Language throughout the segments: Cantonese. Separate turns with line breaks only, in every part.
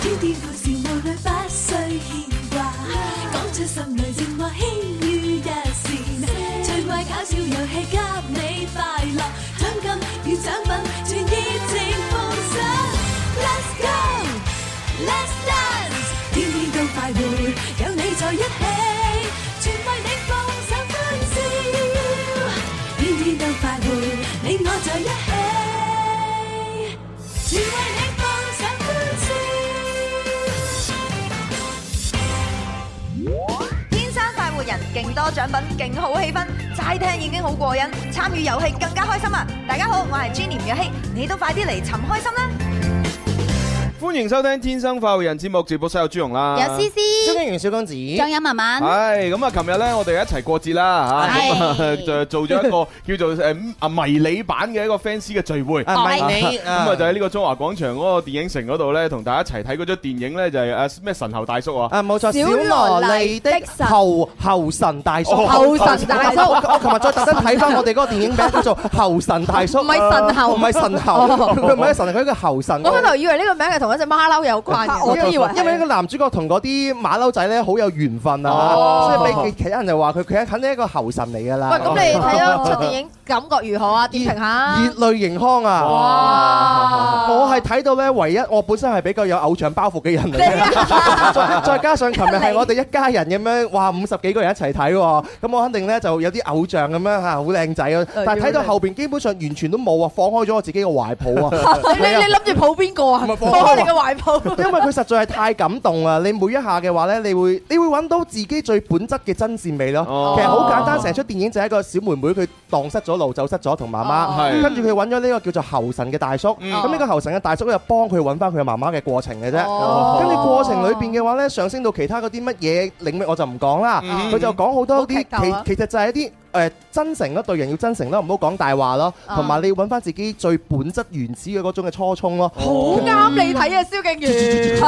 天天故事無慮不需牽掛，講出心裏情話輕於一線，趣怪搞笑遊戲給你快樂，獎金與獎品全熱情奉上。Let's go，Let's dance，天天都快活，有你在一起，全為你放手歡笑，天天都快活，你我在一起。全為你放手歡笑。
天生快活人，勁多獎品，勁好氣氛，齋聽已經好過癮，參與遊戲更加開心啊！大家好，我係 Jenny 吳若希，你都快啲嚟尋開心啦！
歡迎收聽《天生快活人》節目，直播室有朱容啦，
有詩詩
蕭敬元小公子，
仲有文文，
係咁啊！琴日咧，我哋一齊過節啦嚇，咁啊
係
就做咗一個 叫做誒啊迷你版嘅一個 fans 嘅聚會。
啊迷你
咁啊，就喺呢個中華廣場嗰個電影城嗰度咧，同大家一齊睇嗰出電影咧，就係誒咩神猴大叔啊！
啊冇錯，
小
小
羅
羅
莉
莉
的
的
神
猴猴神大叔，
哦
猴神大叔
我我琴日再特登睇翻我哋嗰個電影名叫做《猴神大叔》，
唔係神猴
唔係神猴，佢唔係神，佢係一個猴神。
我開頭以為呢個名係同一隻馬騮有關嘅，我都以為係。
因為呢個男主角同嗰啲馬騮仔咧好有緣分啊，
哦
所以俾其其他人就話佢佢肯定係一個猴神嚟㗎啦。
喂，咁你睇咗出電影感覺如何啊？點評
熱
下。
淚盈眶啊！
哇
我係睇到咧，唯一我本身係比較有偶像包袱嘅人嚟
你啊
嘅， 再再加上琴日係我哋一家人咁樣，哇五十幾個人一齊睇喎，咁我肯定咧就有啲偶像咁樣嚇，好靚仔啊！但係睇到後邊基本上完全都冇啊，放開咗我自己嘅懷抱 啊！
你你你諗住抱邊個啊？
唔係
抱
抱
開你嘅懷抱。
因為佢實在係太感動啊啦！你每一下嘅話呢，你會你會揾到自己最本質嘅真善美咯。
哦
其實好簡單，成出電影就係一個小妹妹佢蕩失咗路，走失咗同媽
哦
媽，
係
跟住佢揾咗呢個叫做猴神嘅大叔。
嗯
咁呢個猴神嘅大叔又幫佢揾翻佢媽媽嘅過程嘅啫。
哦
跟住過程裏邊嘅話呢，上升到其他嗰啲乜嘢領域我就唔講啦。
嗯
佢就講好多啲
好劇透啊
其其實就係一啲誒真誠咯，對人要真誠咯，唔好講大話咯，
啊
同埋你要揾翻自己最本質原始嘅嗰種嘅初衷 咯。
好啱你睇啊，蕭敬元。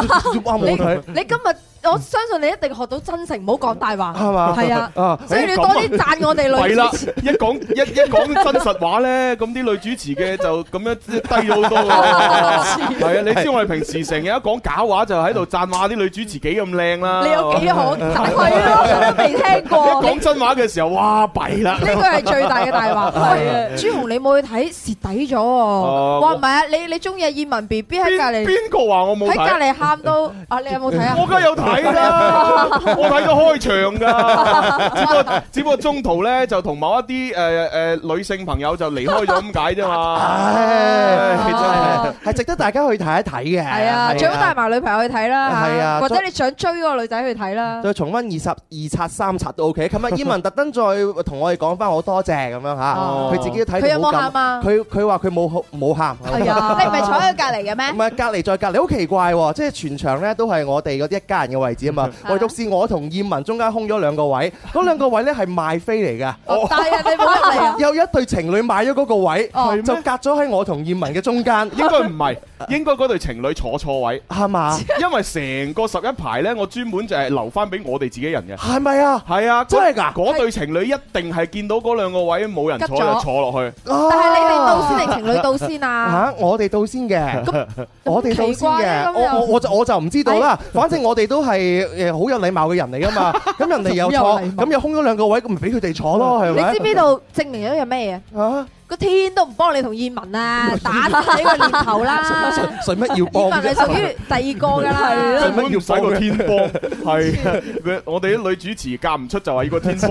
哇！冇睇
你今日我相信你一定學到真誠，唔好講大話。
係嘛？
係啊，
啊！
所以你要多啲讚我哋
弊
女
啦
主持。！
一講一一講真實話咧，咁啲女主持嘅就咁樣低咗好多
哦
喎。係啊，你知我哋平時成日一講假話就喺度讚下啲女主持幾咁靚啦。
你有幾可讚？
係咯，我都未聽
一
過。
講真話嘅時候，哇弊啦！
呢個係最大嘅大話。喂朱紅，你冇去睇蝕底咗喎。
哦
哇，唔係啊，你你中意阿葉文 B B 喺隔
邊
離
邊個話我冇
喺隔
睇？
離喊到啊！你有冇睇啊？
我梗係有睇 啦，我睇咗開場噶，只不過只不過中途咧就同某一啲誒誒女性朋友就離開咗咁解啫嘛。
唉，真
哦
係係值得大家去睇一睇嘅。
係啊，最好帶埋女朋友去睇啦，
係啊
嚇或者
再
你想追嗰個女仔去睇啦。
再重温二十二刷三刷都 OK。琴日燕文特登再同我哋講翻好多謝咁樣嚇，
哦
佢自己都睇
佢有
到好
冇喊
感。
啊？
佢佢話佢冇冇 喊。
係啊，
你唔係坐喺佢隔離嘅
唔
咩？
係隔離再隔離，好奇怪喎！即係全場咧都係我哋嗰啲一家人嘅位置啊嘛，
嗯
唯獨是我同燕文中間空咗兩個位，
哦
嗰兩個位咧係賣飛嚟㗎。
但係人哋冇入嚟啊！
有一對情侶買咗嗰個位，
哦
就隔咗喺我同燕文嘅中間，
應該唔係，應該嗰對情侶坐錯位，
係嘛？
因為成個十一排咧，我專門就係留翻俾我哋自己人嘅。
係咪啊？
係啊，嗰
真係㗎
嗰對情侶一定係見到嗰兩個位冇人坐
急咗
就坐落去，
但
但係你哋
啊
到先定情侶到先啊？
嚇，我哋到先嘅，我哋到
奇怪
先嘅，
啊咁
我
又
我我就我就唔知道啦。反正我哋都係誒好有禮貌嘅人嚟噶嘛，咁人哋又
咁有
坐，
禮貌
咁又空咗兩個位，咁咪俾佢哋坐咯，係
你
咪？
知唔知道證明咗一樣咩嘢？
啊？
個天都唔幫你同燕文啊，打死你個念頭 啦！
使乜要
燕
幫
文係屬
啫？
於第二個㗎啦。
根
使
本
乜
唔
要
使個
幫
天幫。 係啊佢我哋啲女主持嫁唔出就話要個天幫，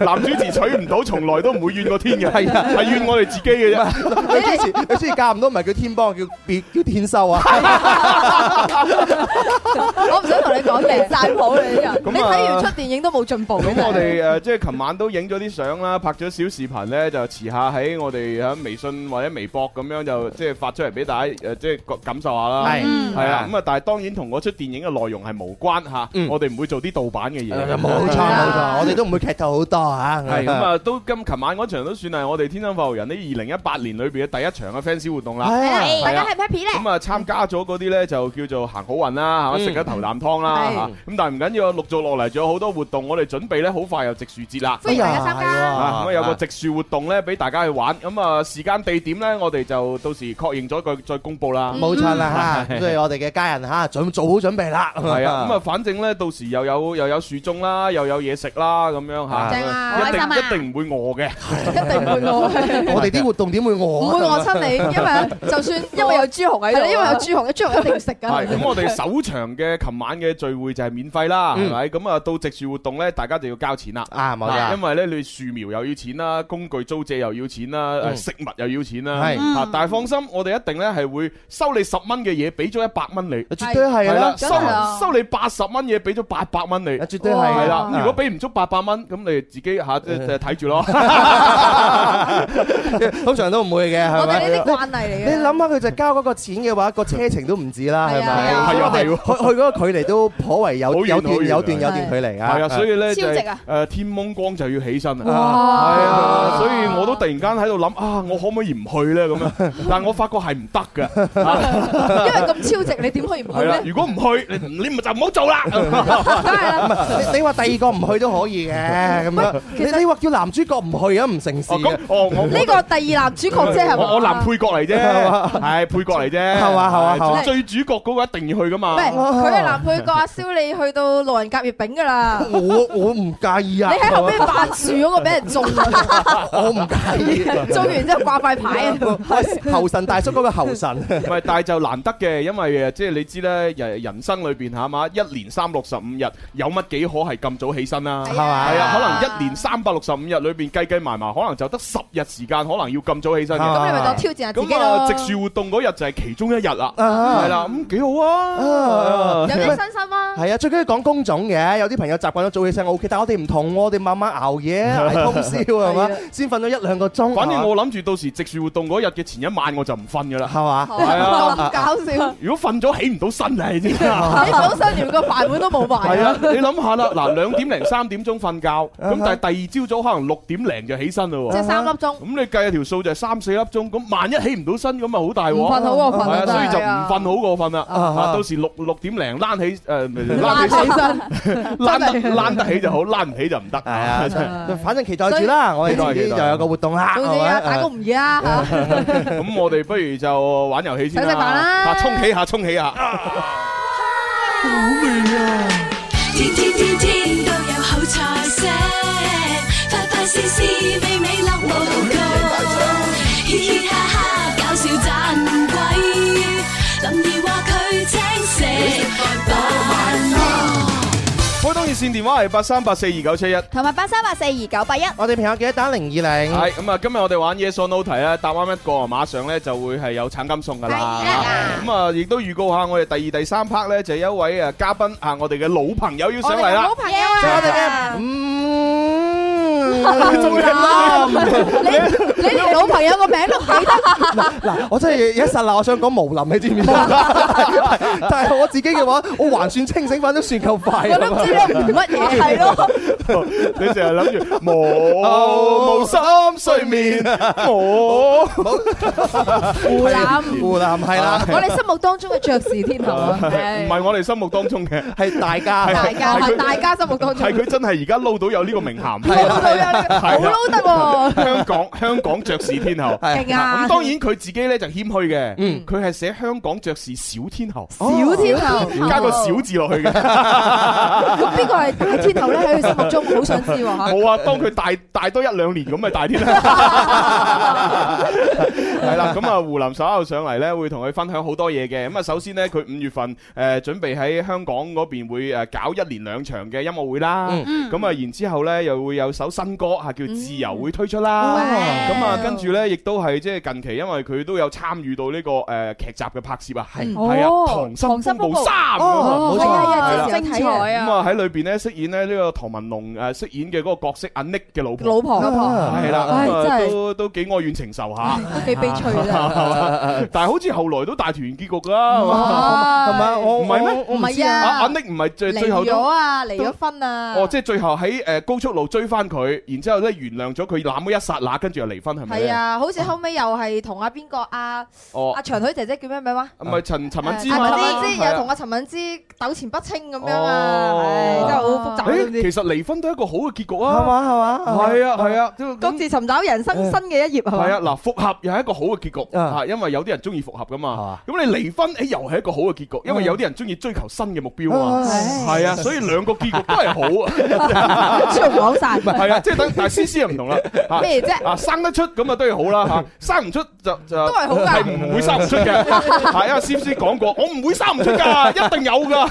男主持娶唔到從來都唔會怨個天嘅，
係啊
係怨我哋自己嘅啫。
你之前你之前嫁唔到，唔係叫天幫，叫別叫天收啊！
我唔想同你講嚟讚好你呢人，
咁啊
你睇完出電影都冇進步嘅。
咁我哋誒呃即係琴晚都影咗啲相啦，拍咗小視頻咧，就遲下喺我哋喺微信或者微博咁樣就即係發出嚟俾大家誒即係感感受下啦。
係
係啊， 咁啊，但係當然同嗰出電影嘅內容係無關嚇，
嗯
我哋唔會做啲盜版嘅嘢。
冇錯冇錯，我哋都唔會劇透好多嚇。
係咁啊，都今琴晚嗰場都算係我哋天生快活人呢二零一八年裏邊嘅第一場嘅 fans 活動啦。
係啊！
大家 happy 咧？
咁啊，參加咗嗰啲呢，就叫做行好運啦，係嘛
嗯
食咗頭啖湯啦
係
嚇。咁但係唔緊啊要，陸續落嚟仲有好多活動，我哋準備呢，好快又植樹節啦。
歡迎大家參
哎呀係
加
喎。
啊，咁啊有個植樹活動咧，俾大家去玩。咁啊，時間地點咧，我哋就到時確認咗佢再公佈啦。
冇錯啦嚇，所以我哋嘅家人嚇準做好準備 啦。
係啊，咁啊，反正咧，到時又有又有樹鐘啦，又有嘢食啦，咁樣嚇，
正啊
一定
開心啊
一定唔會餓 嘅。
我哋啲活動點會餓啊？
係咁，我哋首場嘅琴晚嘅聚會就係免費啦，係咪？咁啊，到植樹活動咧，大家就要交錢啦。
啊嗯冇
嗱，
錯
因。為咧你樹苗又要錢啦，工具租借又要錢啦，誒
嗯
食物又要錢啦，
嗯
係
啊！但係放心，我哋一定咧係會收你十蚊嘅嘢，俾咗一百蚊你。
絕對係
係
啦
啦，，
梗係
收
啦
收你八十蚊嘢，俾咗八百蚊你。
絕對係
係啦
啊，
如果俾唔足八百蚊，咁你自己嚇即
嗯
係睇住咯。
通常都唔會嘅，係咪？你諗下佢就交嗰個錢嘅話，個車程都唔止啦，係咪？
係啊
所以我哋
係啊係
去去嗰個距離都頗為
好
有
遠
有
好遠
段有段有段
係
距離啊。
係啊，所以咧就
超
係
值啊
誒天蒙光就要起身啊。
啊
係啊，所以我都突然間喺度諗啊，我可唔可以唔去咧 咁樣？但係我發覺係唔得嘅。係啦，如果唔去，你你咪就唔好做 啦。
你你話第二個唔去都可以嘅咁樣。你你話叫男主角唔去啊，唔成事
哦，咁
嘅。
哦， 我我我男配角嚟啫，係配角嚟啫，
係嘛係嘛係嘛
最主角嗰個一定要去噶嘛。
我我唔介意啊， 我唔介意。猴神大叔嗰個猴神，
唔係，但係就難得嘅，因為誒，即係你知咧，人人生裏邊嚇嘛，一年三六十五日，有乜幾可係咁早起身啦？
係
係
嘛？
啊，可能一年三百六十五日裏邊計計埋埋，可能就得十日時間，可能要咁早起身嘅。
啊
咁啊，植樹活動嗰日就係其中一日啦，
啊
係啦，咁幾好啊
啊！係啊，最緊要講工種嘅，有啲朋友習慣咗早起身我 OK，但係我哋唔同喎，我哋慢慢 熬夜捱通宵係嘛
係啊，
先瞓咗一兩個鐘。
反正我諗住到時植樹活動嗰日嘅前一晚我就唔瞓噶啦。
係嘛，
係啊，如果瞓咗起唔到身啊，你 知唔知啊？係啊，你諗下啦，嗱兩點零三點鐘 瞓覺，咁但係第二朝早可能六點零就起身嘞喎。咁你計下條數就係三四粒鐘，咁萬一起唔到身，咁咪好大鑊。係啊，所以就唔瞓好過瞓啦。
啊啊
啊，到時六六點零躝起誒，唔係躝起躝得躝得起就好，躝唔起就唔得。
係啊，真係反正期待住啦，我哋自己
期待
又
期待
有個活動啦，係咪
咁我哋不如就玩遊戲先啦。
想食飯啦
啊沖起下，沖起下。
天天天天都有好菜色，快快事事美美樂無窮，嘻嘻哈哈搞笑盞鬼，林兒話佢請食飯咯。
開通熱線電話係八三八四二九七一。
我哋朋友記得打零二零。
係咁啊！今日我哋玩 Yes or No 題啦，答啱一個啊，馬上咧就會係有橙金送噶啦。咁啊，亦都預告下我哋第二、第三 part 咧，就有一位誒嘉賓啊，我哋嘅老朋友要上嚟啦。
即係我哋嘅嗯，嗱，我真係一剎那，我想講無林，你知唔知？但係我自己嘅話，我還算清醒，反都算夠快。
你成日諗住 冇無心睡 眠，冇
湖南係啊啦，
我哋心目當中嘅爵士天后啊，
唔 係我哋心目當中 嘅，
係大家。
大家係大家心目當中
係，佢真係而家撈到有呢個名銜，
撈到有呢個好撈得喎，
香港香港爵士天 后。
勁啊！
咁當然佢自己咧就謙虛嘅，佢係寫香港爵士小天后，
嗯小天后，
加個哦小字落去嘅。
咁邊個係大天后咧？喺佢心目中好想知喎嚇。
冇啊，當佢大大多一兩年咁咪大啲啦。 係啦，咁啊，胡林稍後上嚟咧，會同佢分享好多嘢嘅。咁啊，首先咧，佢五月份誒準備喺香港嗰邊會誒搞一連兩場嘅音樂會啦。
嗯
咁啊，然之後咧又會有首新歌啊嚇叫《自由》會推出
哦
啦。
哦
咁啊，跟住咧亦都係即係近期，因為佢都有參與到呢個誒劇集嘅拍攝啊。係
哦
係啊，《溏心風暴三》咁啊。
冇錯
係啊，
係啦
係啊，精彩
咁啊喺裏邊咧飾演咧呢個唐文龍誒飾演嘅嗰個角色阿 Nick 嘅老婆。
老婆，
系啦，
唉
咁啊
真係
都都幾哀怨情仇 下，
都幾悲催
哦
啊啦。
但係好似後來都大團圓結局啦， 係嘛
係咪？
係
我
唔係咩
我我
唔係
知
阿
啊
阿 Nick 唔係最最後
離咗
都。哦
啊，離咗婚啊。
哦，即係最後喺誒高速路追翻佢，然之後咧原諒咗佢攬咗一剎那，跟住又離婚係咪
係
咧？
啊，好似後尾又係同阿邊個啊
哦
阿，長腿姐姐叫咩名啊話？
唔係陳陳敏之
啊
嘛，
陳敏之
係啊
又同阿陳敏之糾纏不清咁樣
哦
啊，唉真係好複雜啊，
誒
總之
其實離婚都係一個好嘅結局
係
啊，
嘛係嘛，
係啊係啊，
各自尋找人生新嘅一頁
嗯係
係 嘛？
啊，嗱，復合又係一個好嘅結局
啊
嚇，因為有啲人中意復合噶
係
嘛
嘛。
咁你離婚，誒又係一個好嘅結局，因為有啲人中意追求新嘅目標啊嘛。
唉
係啊，所以兩個結局都係好啊。
朱紅講晒
係啊，即係等，但係 C C 又唔同啦嚇。
咩啫？
啊，生得出咁啊，都係好啦嚇，生唔出就就
都係好㗎
係啊唔會生唔出嘅。係啊，C C 講過，我唔會生唔出㗎，一定有㗎。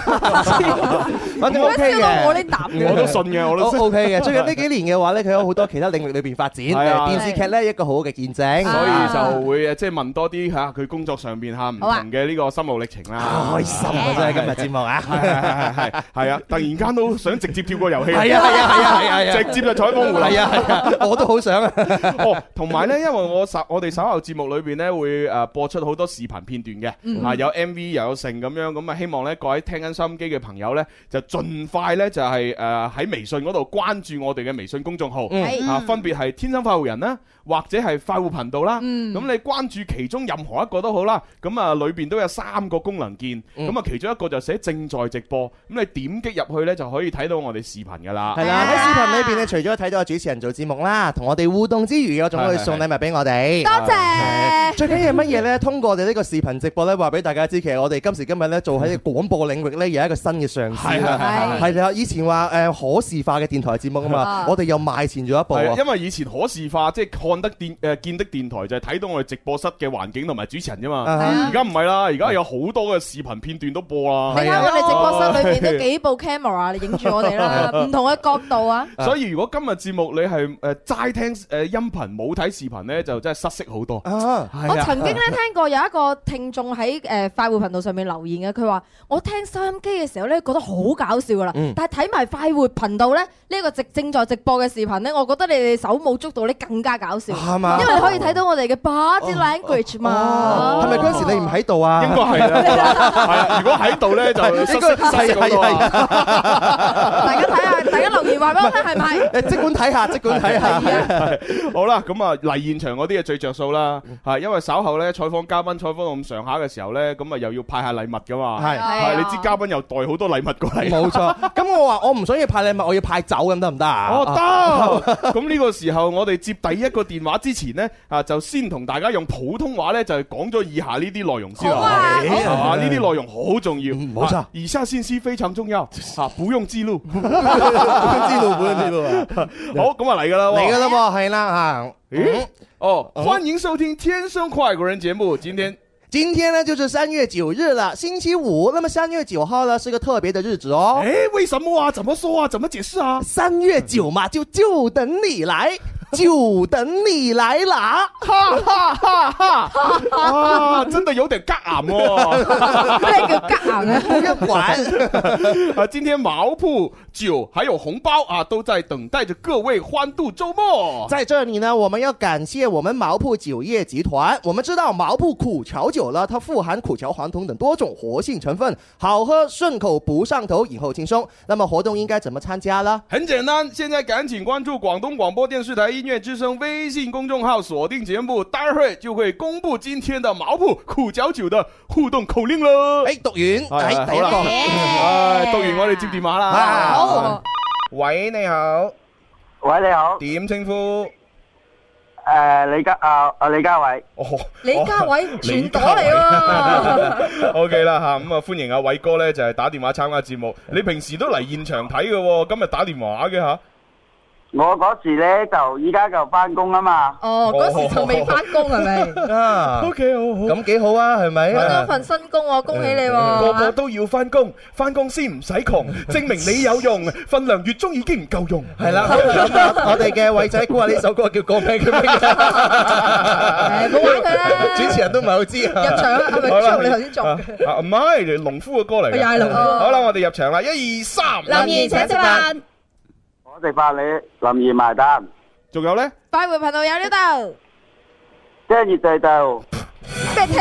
反正 OK
燒到
嘅。
我呢啖嘅。
我都信嘅，我
都
都信。
哦 OK 嘅，最 近呢幾年嘅話咧，佢有好多其他領域裏邊發展，
係啊
電視劇咧一個好好嘅見證，
所
所以
以就會呃誒，即係問多啲嚇佢工作上邊嚇唔
好啊
同嘅呢個心路歷程 啦。
開心啊！真係今日節目啊，
係係係係係啊！突然間都想直接跳過遊戲，
係啊係啊係啊係啊係啊
直接就採訪胡
係啊係啊，我都好想啊，
哦，同埋咧，因為我稍我哋稍後節目裏邊咧會誒播出好多視頻片段
嗯
嘅，啊有 MV 又有成咁樣，咁啊希望咧各位聽緊收音機嘅朋友咧就盡快咧就係誒喺微信嗰度關注我哋嘅微信公眾號。
嗯
啊，分別係天生快活人啦，或者係快活頻道啦。咁
嗯
你關注其中任何一個都好啦。咁啊，裏邊都有三個功能鍵。
嗯
咁啊，其中一個就寫正在直播。咁你點擊入去呢，就可以睇到我哋視頻噶啦。
係啦，喺視頻裏邊咧，除咗睇到主持人做節目啦，同我哋互動之餘，我仲可以送禮物俾我哋。
多謝。
最緊要係乜嘢咧？ 通過我哋呢個視頻直播咧，話俾大家知，其實我哋今時今日咧做喺廣播領域咧，有一個新嘅嘗試啦。係啦，以前話誒可視化嘅電台節目啊嘛
啊，
我哋又邁前咗一步
係啊
啊。
因為以前可視化，即係看得電誒、
嗯
呃、見得電台就係睇到我哋直播室嘅環境同埋主持人啫嘛。
啊
而家唔係啦，而家有好多嘅視頻片段都播啦。
啊
你睇我哋直播室裏邊都幾部 camera 你影住我哋啦，唔同嘅角度啊，
所以如果今日節目你係誒齋聽誒音頻冇睇視頻呢，就真係失色好多。
啊，
我曾經咧聽過有一個聽眾喺誒快活頻道上面留言嘅，佢話我聽收音機嘅時候咧覺得好搞笑噶啦，
嗯
但係睇埋快活頻道咧呢個直正在直播嘅視頻咧，我覺得你哋手舞足蹈咧更加搞笑，
係嘛
因為你可以睇到我哋嘅
Ờ.
body language 嘛
哦，，係咪嗰陣時你唔喺度啊？
應該係啦， 係啊！如果喺度咧就失
應
色
該
失色好多啊。
大家睇下，大家留言話俾我聽係咪？
誒，即管睇 下，即管睇下。
好啦，咁啊嚟現場嗰啲啊最着數啦，
嗯
係因為稍後咧採訪嘉賓採訪到咁上下嘅時候咧，咁啊又要派下禮物噶嘛，
係。啊
係
係你知嘉賓又袋好多禮物過嚟，
冇錯，咁我話我唔想要派禮物，我要派酒咁得唔得啊？
哦得，咁呢個時候我哋接第一個電話之前呢，啊就先同大家用普通話咧就係講咗以下呢啲內容先
好啊
啦，
好
係嘛呢啲內容好重要，
嗯冇錯
啊以下信息非常重 要，啊不用記錄，
知道，知道啊！
好咁啊嚟噶啦喎，
嚟噶啦啊喎，係啦嚇。
咦
嗯
哦，欢迎收听《天生快活人》节目。今天
今天呢就是三月九日了，星期五。那么三月九号呢是个特别的日子哦，
哎，为什么啊？怎么说啊？怎么解释 啊？
三月九嘛，就就等你 来，就等你来拿。
哈哈哈哈！啊，真的有点尬癌哦。
咩叫吉硬啊？
一 玩，
啊，今天毛铺酒还有红包啊，都在等待着各位欢度周末。
在这里呢，我们要感谢我们毛铺酒业集团。我们知道毛铺苦荞酒呢，它富含苦荞、黄酮等多种活性成分，好喝、顺口、不上头，饮后轻松。那么活动应该怎么参加呢？
很简单，现在赶紧关注广东广播电视台音乐之声微信公众号，锁定节目，待会儿就会公布今天的毛铺苦脚酒的互动口令了。
哎，读完，
哎
哎，第
好
一
啦
个，
哎，读完我哋接电话啦。
好，
喂，你好，
喂，你好，诶、
点称呼？
李家啊，啊李家偉，
哦，
李家 偉全朵嚟喎，
喎。O K 啦吓，咁啊歡迎阿偉哥咧，就係打電話參加節目。你平時都嚟現場睇嘅喎，今日打電話嘅
啊
吓。
我嗰時咧就依家就翻工啊嘛，
哦，嗰時仲未翻工係咪？
啊
K，好好。
咁幾好啊，係咪？
揾到份新工喎，恭喜你
個個
喎！
都要翻工，翻工先唔使窮， 證明你有用。份糧月中已經唔夠用。
係啦，咁啊我哋嘅偉仔估下呢首歌叫個咩叫咩？
誒冇玩佢啦
主持人都唔係好知
入
啊。
場啦，係咪
好啦
朱紅你頭先做
啊啊唔係，農夫嘅歌嚟嘅。
又係農夫
好啦，我哋入場啦，一二三。
怡請食飯，
我食飯你林怡埋單，
仲有咧？
快活頻道有呢度，
跟住地道，
咩聽？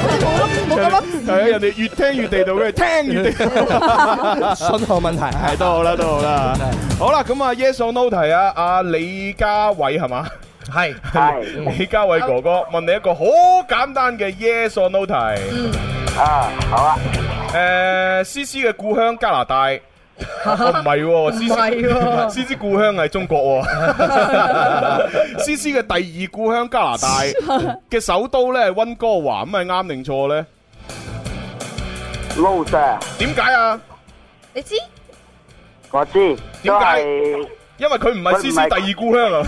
好似冇粒冇咁粒字
係啊，人哋越聽越地道，佢哋聽越地 道。
信號問題。
係都好啦，都好啦。好啦，咁啊，yes or no 題啊，阿李家偉係嘛？
係
係
李家偉哥哥問你一個好簡單嘅 yes or no 題。
啊，好啊，
誒，C C 嘅故鄉加拿大。 哦唔係喎，
喎
C C 故鄉係中 國喎，C C 嘅第二故鄉加拿大 嘅首都咧係温哥華，咁係啱定錯咧？
撈 Sir，
點解啊？
你知
我知，都係
因為佢唔係 C C 第二故 鄉啊，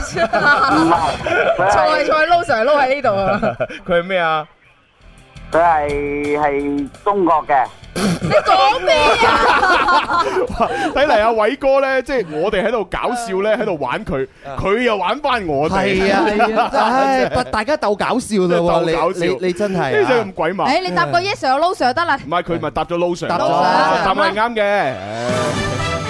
唔係佢
菜
係
菜撈成日撈喺呢度啊！
佢係咩啊？
佢係係中國嘅，
睇嚟阿偉哥咧，即係我哋喺度搞笑咧，喺度玩佢，佢又玩翻我哋，
係啊，唉，大大家鬥搞笑嘞
鬥搞
喎！
笑
你你你真
呢
係
啲
啊
咁鬼麻。
誒，你答個 yes sir no sir 得啦。
唔係佢咪答咗 low 上，
答咗
答案係啱嘅。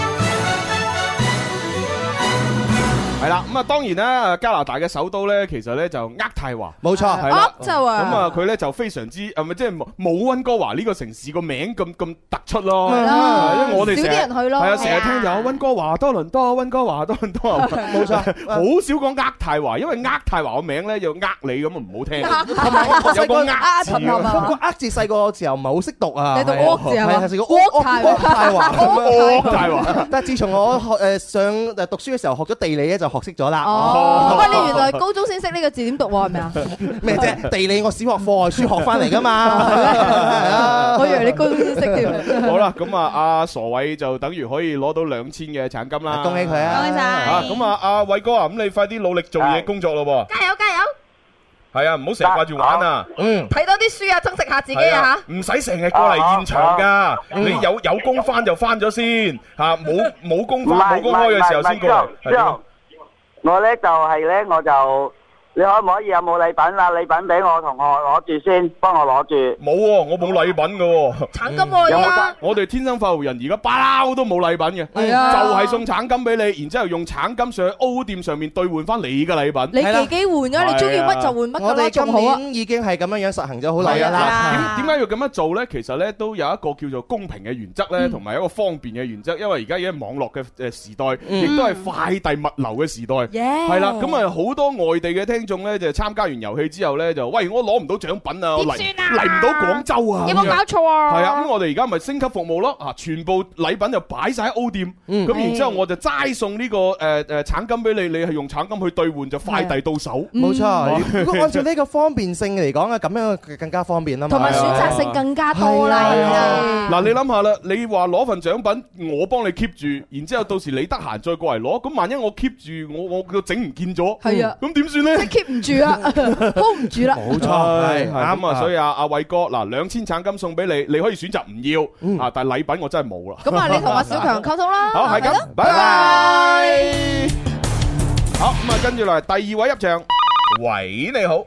係啦，咁啊當然啦，加拿大嘅首都咧，其實咧就渥太華。
冇錯，
係啦
Ottawa
咁啊佢咧就非常之啊誒咪即係冇冇温哥華呢個城市個名咁咁突出咯，
係
Ờ,
係因為我哋
少
成
啲人
日
去咯。
係啊， 成日聽有温哥華、多倫多、温哥華、多倫多，冇
錯
好少講渥太華，因為渥太華個名咧又呃你咁啊唔好聽。
同埋我我
有
細
個
個
呃字㗎
嗰個呃字細個嘅時候唔係好識讀啊，
你讀
係啊
walk 字係嘛
係啊成個 walk
太
，walk 太華。
渥太華。
但係自從我學誒上誒讀書嘅時候學咗地理咧，就學識咗啦。
哦，喂，你原來高中先識呢個字點讀喎，係咪啊？
咩啫？地理我小學課外書學翻嚟噶嘛。係啊
我以為你高中先識添。
好啦，咁啊，阿傻偉就等於可以攞到兩千嘅獎金啦，
恭喜佢！啊！
恭喜晒
啊，咁啊，阿偉哥啊，咁你快啲努力做嘢
係
工作咯
加油加油！
喎，係啊，唔好成日掛住玩啊，
嗯，
睇多啲書啊，增值下自己
係
啊！
唔使成日過嚟現場㗎，你有有工翻就翻咗先，嚇冇冇工
唔
翻
係
冇
唔
工
係
開
唔
嘅時
係
候先
唔
過
係之
嚟
後，
係點
之
啊
後，我咧就係咧我就，你可唔可以有冇禮品啊？禮品俾我同學攞住先，幫我攞住。
冇喎，我冇禮品㗎喎。
嚇，橙金喎
有
依
冇
家
得，
我哋天生快活人而家不嬲都冇禮品嘅，
係啊
就係送橙金俾你，然之後用橙金上去 O 店上面兌換翻你嘅禮品。
你自己換㗎，你中意乜就換乜㗎
我
啦，
哋
仲好
今
啊。
年已經係咁樣樣實行咗好耐
係
㗎啦。
啊，點點解要咁樣做呢？其實呢，都有一個叫做公平嘅原則呢，同埋一個方便嘅原則。因為而家已經係網絡嘅誒時代，亦都係快遞物流嘅時代。係啦，咁啊好多外地嘅聽眾呢，就參加完遊戲之後呢，就喂我攞唔到獎品啊，我嚟嚟唔到廣州啊，
有
咁
冇
樣
搞錯
哦
啊？
係啊，咁我哋而家咪升級服務咯，啊，全部禮品就擺晒喺 O 店，
嗯
咁然之後我就齋送呢個誒誒橙金俾你，你係用橙金去兌換就快遞到手。
冇
嗯
錯，如果按照呢個方便性嚟講啊，咁樣更加方便啊啦嘛。
同埋選擇性更加多啦，
係
而家
啊嗱，你諗下啦，你話攞份獎品，我幫你 keep 住，然之後到時你得閒再過嚟攞，咁萬一我 keep 住，我我個整唔見咗，
係啊
咁點算呢？
keep 唔住 啊，hold 唔住啦。
冇錯，
唉咁
係啱
啊！所
啊，所以
以啊，阿偉哥，嗱，兩千橙金送俾你，你可以選擇唔
嗯
要啊，但係禮品我真係冇啦。
咁啊，你同阿小強溝通啦。
好，係
咪咯
咁，拜拜。好，咁啊，跟住落嚟第二位入場。喂，你好，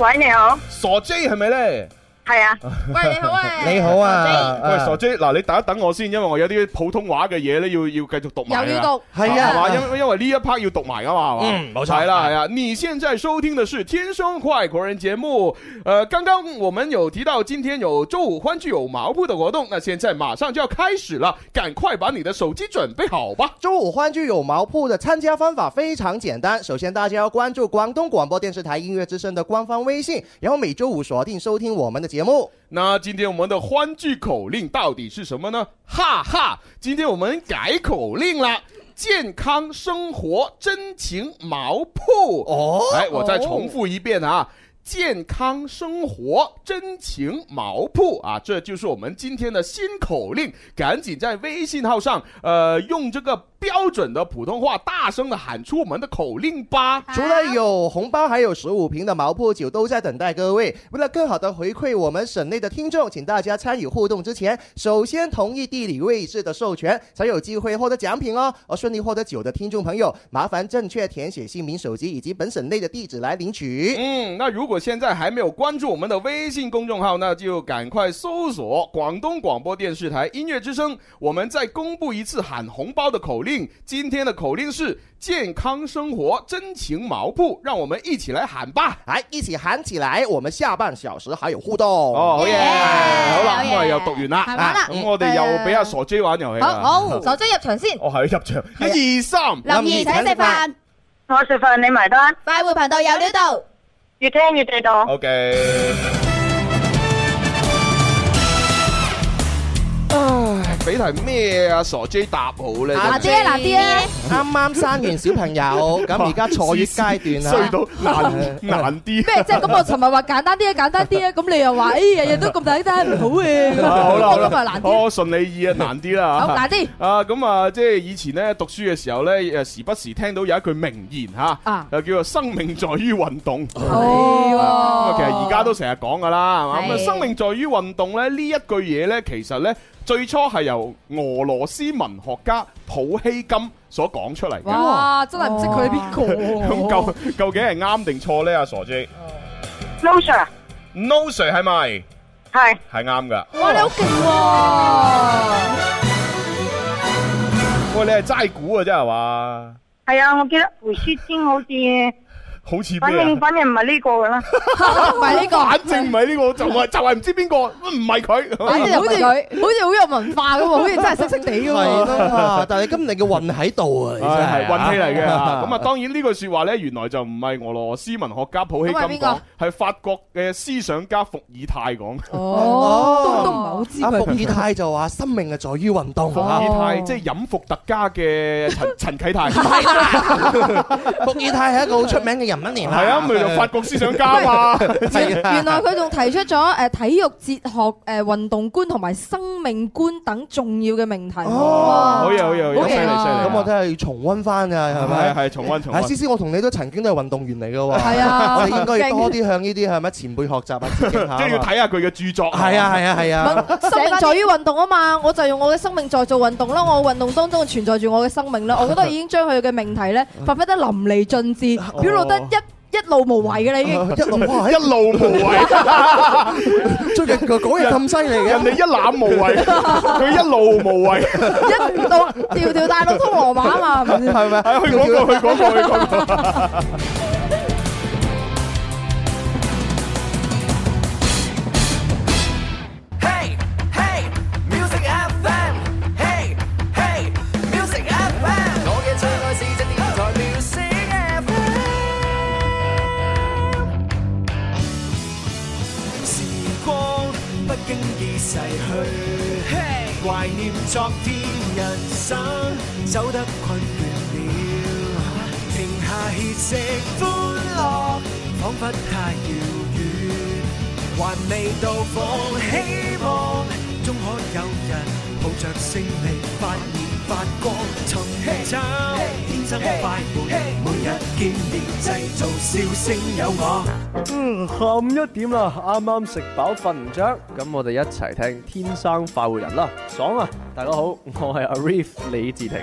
喂，你好，
傻 J 係咪呢？
系啊，
喂你好啊，
你好啊，
喂，傻
啊
J，嗱，你等一等我先，因為我有啲普通話嘅嘢咧，要要繼續讀埋啊。
又要讀。
係
係嘛？
啊，
因因為呢一 part 要讀埋啊嘛，係嘛？
嗯冇錯
係啦，係啊。你現在收聽的是《天生快活人》節目。呃，剛剛我們有提到今天有周五歡聚有毛鋪的活動，那現在馬上就要開始了，趕快把你的手機準備好吧。
周五欢聚有毛铺的参加方法非常简单，首先大家要关注广东广播电视台音乐之声的官方微信，然后每周五锁定收听我们的节目。
那今天我們的歡聚口令到底是什麼呢？哈哈，今天我們改口令啦。健康生活真情毛鋪
哦
来，我再重复一遍啊！健康生活真情毛铺啊，这就是我们今天的新口令。赶紧在微信号上，呃，用这个标准的普通话大声的喊出我们的口令吧。
除了有红包，还有十五瓶的毛铺酒都在等待各位。为了更好的回馈我们省内的听众，请大家参与互动之前，首先同意地理位置的授权，才有机会获得奖品哦。而顺利获得酒的听众朋友，麻烦正确填写姓名、手机以及本省内的地址来领取。
嗯，那如果现在还没有关注我们的微信公众号，那就赶快搜索广东广播电视台音乐之声。我们再公布一次喊红包的口令，今天的口令是健康生活真情毛铺，让我们一起来喊吧。
来，一起哎喊起来！我们下半小时还有互动
哦，好嘢，好啦，
好嘢
咁啊又讀完啦，
係玩啦
啊咁我哋又俾阿傻 J 玩遊戲啦。哦
好，好，手追入場先。
我係入場，一二三，
林怡請食飯，
我食饭你埋单，
快活頻道有料到，
越听越地道。
O K。唉，俾題咩啊？傻 J 答好咧，
啊
嗱啲啊嗱啲啊，
啱啱生完小朋 友，咁而家坐月
真
階段啊
係 衰
啦。
到難難啲。
咩啫？咁我尋日話簡單啲啊，簡單 啲啊，咁你又話，哎，日日都咁簡單，唔好嘅。
啊 好啦好
咁啊
啦
難，啲，
我順你意啊，難啲啦嚇
好難啲。
啊，咁啊，即係以前咧讀書嘅時候咧，誒時不時聽到有一句名言嚇
啊，
就叫做生命在於運動。咁
哦
啊，其實而家都成日講噶啦，係嘛？咁啊，
係
生命在於運動咧，呢一句嘢咧，其實咧最初係由俄羅斯文學家普希金所講出嚟嘅。
哇，真係唔識佢係邊個喎？
咁究究竟係啱定錯咧？阿傻 J，No
No
Sir
sir，
係咪
系
係啱噶？
哇，你好 勁
喂，你係齋估嘅啫係嘛？
系啊，我記得回書先好似，
好似
反正
咩啊？
反正唔係呢個噶啦。
喎，唔係呢個，
反正唔係呢個，就係就係唔知邊個，唔係 佢。
好似好似好有文化咁喎，好似真係識識地
係
咁喎。
啦，但係今日嘅運喺度啊，
唉
真
係運氣嚟 嘅，
啊
咁啊當然呢句説話咧，原來就唔係俄羅斯文學家普希金
咁係邊
講
個，
係法國嘅思想家伏爾泰講。
哦，都都唔係好知
阿啊伏
佢。
爾泰就話：生命係在於運動
伏
啊！
爾泰即係飲伏特加嘅 陳陳啟泰，
伏爾泰係一個好出名嘅人物嚟啦。
係啊，咪就法國思想家 嘛。
係啊
原來佢仲提出咗誒體育哲學、誒運動觀同埋生命觀等重要嘅命題。
哦
好嘢好嘢，好
好
嘢犀利
勁
犀利。
啊
咁我真係要重温翻㗎，係
係
咪？
係重温重
阿
温。
思思，我同你都曾經都係運動員嚟嘅喎。
係啊
我哋應該要多啲向呢啲係咪前輩學習啊，致敬下啊嘛。
即 係要睇下佢嘅著作。
係啊，係啊，係 啊。
生命在於運動啊嘛，我就用我嘅生命在做運動啦，我運動當中存在住我嘅 生命啦，我覺得已經將佢嘅命題咧發揮得淋漓盡致，表露得一一路無遺嘅啦已經。
一路哇！
一路無 謂，
一最近嗰嗰日咁犀利嘅
人， 哋一覽無遺， 佢一路無謂，
一到條條大路通羅馬啊嘛，係咪先
係咪？
係去嗰個去嗰個去嗰個。
Hey, hey, music FM. Hey, hey, music FM. 我嘅最愛是隻電台 music FM。時光不經意逝去，懷念昨天，人生走得困倦了，停下歇息，歡樂彷彿太遙遠。還未到訪，希望終可有人抱着勝利發現發光，尋找天生快活，每日見面製造笑聲有我。
嗯，下午一點啦，啱啱食飽瞓唔着，咁我哋一齊聽《天生快活人》啦，爽啊！大家好，我係 Arif 李志廷。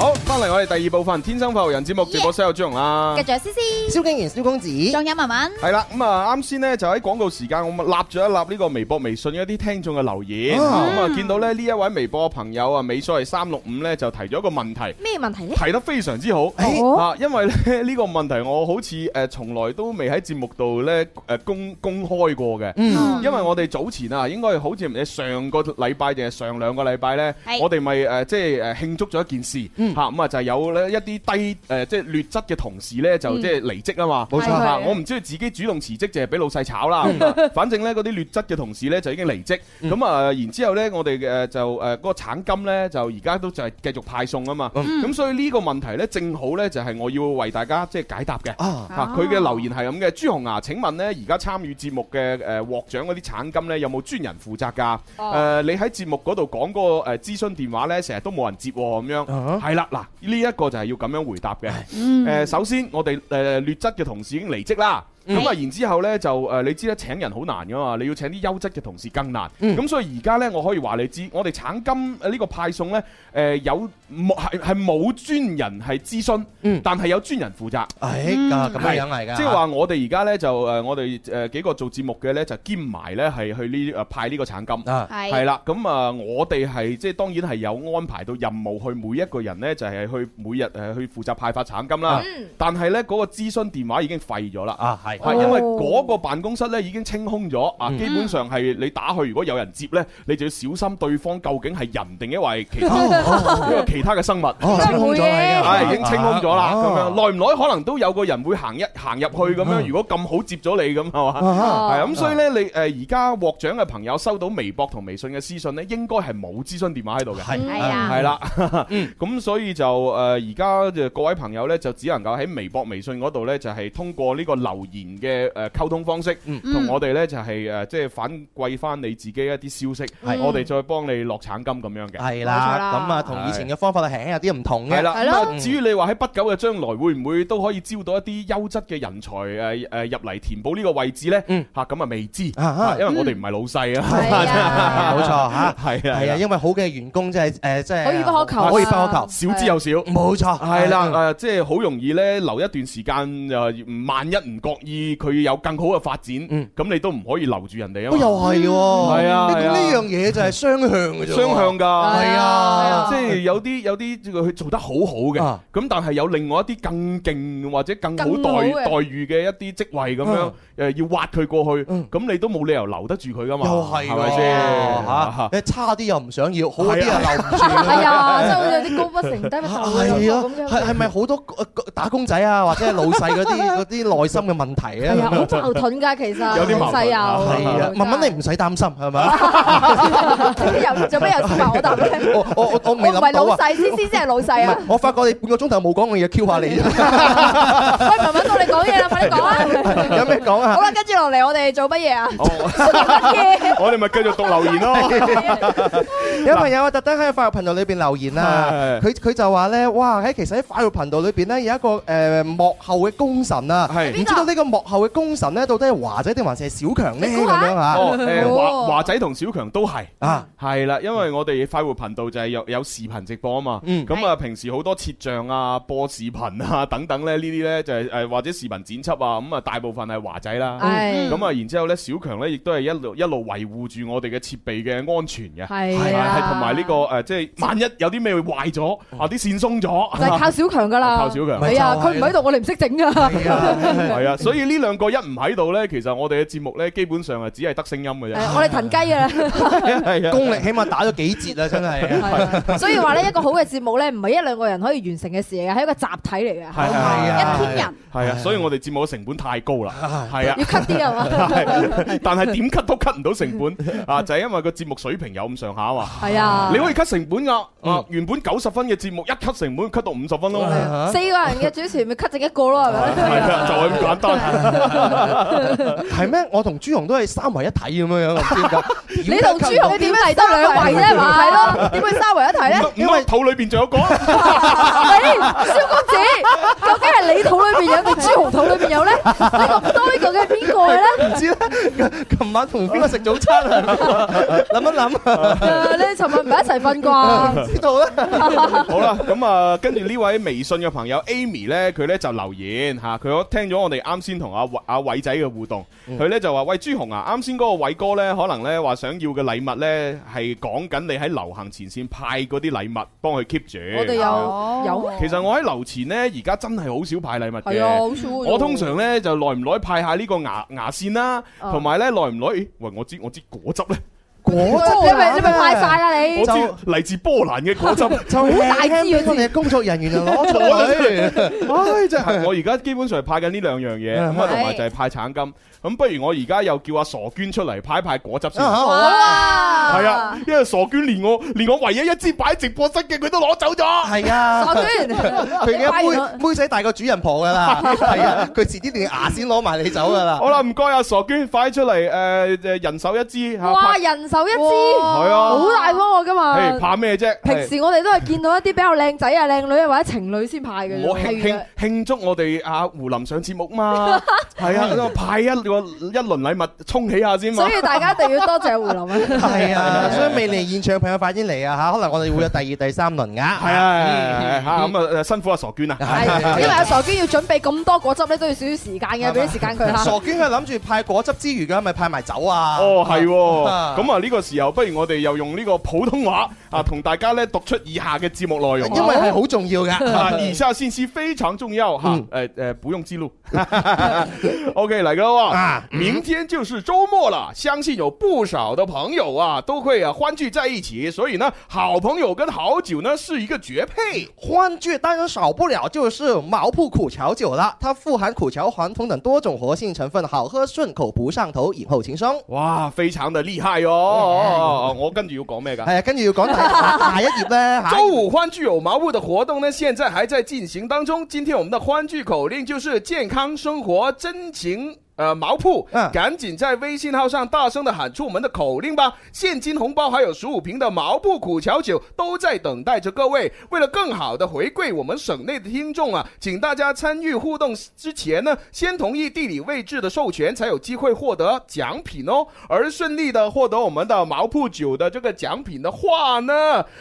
好，翻嚟我哋第二部分《天生發育人》節目直播室有朱容啦
繼。續有思思，
蕭敬元、蕭公子，
仲有文文，
系啦，咁啊啱先呢，就喺廣告時間，我咪立咗一立呢個微博、微信一啲聽眾嘅留言，咁
啊
啊見到咧呢一位微博嘅朋友啊，尾數係三六五呢，就提咗一個問題。
咩問題
嗯
咧？
提得非常之好
哎
哦
啊！因為咧呢個問題我好似誒從來都未喺節目度咧誒公公開過嘅，
嗯
因為我哋早前啊，應該好似唔知上個禮拜定係上兩個禮拜咧
係，
我哋咪誒即係誒慶祝咗一件事
嗯
嚇，咁啊就係有咧一啲低誒即係劣質嘅同事咧就
嗯
即係離職啊嘛，
冇錯
嚇
係
我唔知佢自己主動辭職定係俾老細炒啦，咁啊反正咧嗰啲劣質嘅同事咧就已經離職，
嗯
咁啊然之後咧我哋誒就誒嗰個橙金咧就而家都就係繼續派送啊嘛。
嗯
咁所以呢個問題呢，正好呢就係我要為大家即係解答嘅。
啊，
嚇佢嘅留言係咁嘅，朱紅牙，請問呢而家參與節目嘅誒獲獎嗰啲橙金呢，有冇專人負責㗎？誒
哦
你喺節目嗰度講嗰個誒呃諮詢電話呢，成日都冇人接喎咁樣。
啊嗯
係啦，嗱呢一個就係要咁樣回答嘅。誒首先我哋誒劣質嘅同事已經離職啦。
嗯
咁啊，然之後呢，就誒，你知咧請人好難噶嘛，你要請啲優質嘅同事更難。
嗯
咁所以而家呢，我可以話你知，我哋橙金呃誒呢個派送呢，誒有冇係係冇專人係諮詢，
嗯
但係有專人負責。
哎啊咁樣樣嚟㗎，
即係話我哋而家呢，就誒，我哋誒幾個做節目嘅呢，就兼埋呢係去呢誒派呢個橙金。
啊，
係啦，咁啊，我哋係即係當然係有安排到任務去每一個人呢，就係呃去每日誒去負責派發橙金啦。但係呢，嗰個諮詢電話已經廢咗啦。
啊
係
係
係因為嗰個辦公室咧已經清空咗啊，基本上係你打去，如果有人接咧，你就要小心對方究竟係人定因為其
哦
他因為其他嘅生物。
清空咗啦
係已經清空咗啦，咁樣
哦
耐唔耐可能都有個人會行一行入去咁樣。如果咁好接咗你咁係嘛，
啊
係咁，所以咧你誒而家獲獎嘅朋友收到微博同微信嘅私信咧，應該係冇諮詢電話喺度嘅，係
係啊
係啦， 咁所以就誒而家就各位朋友咧就只能夠喺微博、微信嗰度咧就係通過呢個留言嘅誒溝通方式，同我哋咧就係呃誒即係反饋翻你自己一啲消息，
嗯
係
我哋再幫你落橙金咁樣嘅。
係
冇錯
啦，
啦
咁啊同以前嘅方法係輕輕有啲唔同
系
嘅。
啦，
係咯
咁啊至於你話喺不久嘅將來會唔會都可以招到一啲優質嘅人才誒誒入嚟填補呢個位置呢？
嗯
嚇咁啊未知，
啊哈
啊因為我哋唔係老細啊，
係 啊
冇錯嚇，
係啊
係啊，因為好嘅員工真係誒，真係
可遇不可求啊
可遇不可求，
少之又少。
冇錯，
係啦，誒，即係好容易呢，留一段時間，誒，萬一唔覺意佢有更好嘅發展，
嗯
咁你都唔可以留住人哋啊
哦，
嘛，
又係喎，
係啊
你
係
講
啊
呢樣嘢就係雙向嘅啫喎，
雙向㗎。
係啊，
即係有啲有啲佢做得好好嘅，
啊
咁但係有另外一啲更勁或者更好
更好
待
嘅
待遇嘅一啲職位咁樣
嗯，
誒要挖佢過去，
嗯
咁你都冇理由留得住佢噶嘛，
又係
係咪先
喎嚇
嚇？
你差啲又唔想要，好啲又留唔住。
哎呀，真係好似有啲高不成低不
係啊係
就嘅咁，樣。
係咪好多呃打工仔啊，或者係老細 嗰啲嗰啲內心嘅問題
係
啊
啊，？好矛盾㗎，其實
有啲矛
老細
盾
又
係啊，文文你唔使擔心係咪？
又做咩又先話我答咧？
我我我我
我
未
唔係
諗到
老
啊！
細，思思先係老細啊！
我發覺你半個鐘頭冇講嘅嘢 Q 下 你，
喂，文文到你講嘢啦，快啲講啊！
有咩講
好
啊？
啦，跟住落嚟我哋做乜嘢啊？
哦我哋咪繼續讀留言咯，
有朋友啊，特登喺快活頻道裏邊留言啊，
係
佢佢就話咧，哇！喺其實喺快活頻道裏邊咧有一個誒幕後嘅功臣啊，
係
唔知道呢個幕後嘅功臣咧，到底係華仔定還是係小強呢？
你估
咁
下
樣啊嚇
哦，誒華
哦
華仔同小強都係。
啊！
係啦，因為我哋快活頻道就係有有視頻直播啊嘛，
嗯
咁啊平時好多切像啊、播視頻啊 等等咧，呢啲咧就係誒或者視頻剪輯啊，咁啊大部分係華仔啦，
嗯係
咁啊然之後咧小強咧亦都係一路一路維護住我哋嘅設備嘅安全嘅，
係
係
啊，
同埋呢個誒即係萬一有啲咩會壞咗
嗯
啊啲線鬆
就係
咗，
靠小強㗎啦，
靠小強
係啊，佢唔喺度，我哋唔識整啊。
係啊
係啊，所以呢兩個一唔喺度咧，其實我哋嘅節目咧基本上係只係得聲音嘅
誒
啫，
我哋騰雞㗎啦。
係啊，
功力起碼打咗幾折啊！真 係。
所以話咧，一個好嘅節目咧，唔係一兩個人可以完成嘅事嚟嘅，係一個集體嚟嘅，
係係
啊
一天人
係啊，所以我哋節目嘅成本太高啦， 係啊。
要 cut 啲係嘛？
係但係點 cut 都 cut 唔到成本啊！就係因為個節目水平有咁上下啊嘛。
係啊
你。可以 cut 成本噶，啊原本九十分嘅節目一 cut 成本 cut 到五十分咯，
四個人嘅主持咪 cut 剩一個咯，係咪？
係啊，就係咁簡單。
係咩？我同朱紅都係三圍一體咁樣樣，唔知點解
你同朱紅點嚟得兩位啫？嘛？係咯，點會三圍一體咧？
因為肚裏邊仲有個，
喂，蕭公子，究竟係你肚裏邊有定朱紅肚裏邊有咧？呢個唔多呢個嘅係邊個嘅 咧？
唔知咧？琴晚同邊個食早餐啊？ 諗 一諗，啊
誒你尋日唔係一齊瞓啩？
知道啦。
好啦，咁啊，跟住呢位微信嘅朋友 Amy 呢，佢呢就留言吓，佢我聽咗我哋啱先同阿偉阿偉仔嘅互動，佢呢就話：喂，朱紅啊，啱先嗰個偉哥呢，可能呢話想要嘅禮物呢，係講緊你喺流行前線派嗰啲禮物，幫佢 keep 住。
我哋有有咩？
其實我喺樓前呢，而家真係好少派禮物
係
嘅。
啊，好少。
我通常呢，就耐唔耐派下呢個牙牙線啦，
啊
同埋呢，耐唔耐，咦喂我知我知果汁呢，
果
你咪你咪快晒
晒，
啦你
我！知嚟自波蘭嘅果汁，
就好大支嗰我哋嘅工作人員就攞出嚟。
唉真係我而家基本上係派緊呢兩樣嘢，咁啊
係
同埋就係派橙金，咁不如我而家又叫阿傻娟出嚟派一派果汁先。
啊好啊，
哇！
係啊，因為傻娟連我連我唯一一支擺喺直播室嘅佢都攞走咗。
係啊。
傻娟，
佢
佢
嘅妹妹仔大過主人婆噶 啦，係啊，佢遲啲連牙先攞埋你走噶啦
好。啦，唔該啊，傻娟，快出嚟誒誒，人手一支嚇。
哇，
派
人手一支，
係
好
啊，
大鑊㗎
誒
嘛！
怕咩啫？
平時我哋都係見到一啲比較靚仔啊、靚女啊或者情侶先派嘅啫。啊
我慶慶慶祝我哋阿胡林上節目 嘛，係啊，咁啊派一個一輪禮物沖起下先嘛
所。以大家一定要多謝胡 林啊！
係啊，所以未嚟現場嘅朋友快啲嚟啊嚇，可能我哋會有第二、第三輪噶。
係
嗯
啊，嚇咁啊，誒辛苦阿傻娟啊，
係，因為阿傻娟要準備咁多果汁咧，都要少少時間嘅，俾啲時間佢嚇。
傻娟佢諗住派果汁之餘嘅，咪派埋酒啊！
哦係喎，
啊
咁啊呢呢個時候，不如我哋又用呢個普通話啊，同大家咧讀出以下嘅節目內容，
因為係好嗯重要㗎
啊以下信息非常重要哈，誒誒，不用記錄。OK，嚟哥啊，
嗯
明天就是周末了，相信有不少的朋友啊都會啊歡聚在一起，所以呢，好朋友跟好酒呢是一個絕配。
欢聚当然少不了就是毛铺苦荞酒了，它富含苦荞、黄酮等多种活性成分，好喝顺口不上头，饮后轻松。
哇，非常的厲害哦！我跟住要講咩㗎？
系啊，跟住要講 下下一頁咧，下一頁
周五欢聚有毛布的活动呢，现在还在进行当中。今天我们的欢聚口令就是健康生活，真情。呃，毛铺，赶紧在微信号上大声的喊出我们的口令吧！现金红包还有十五瓶的毛铺苦荞酒都在等待着各位。为了更好的回馈我们省内的听众啊，请大家参与互动之前呢，先同意地理位置的授权，才有机会获得奖品哦。而顺利的获得我们的毛铺酒的这个奖品的话呢，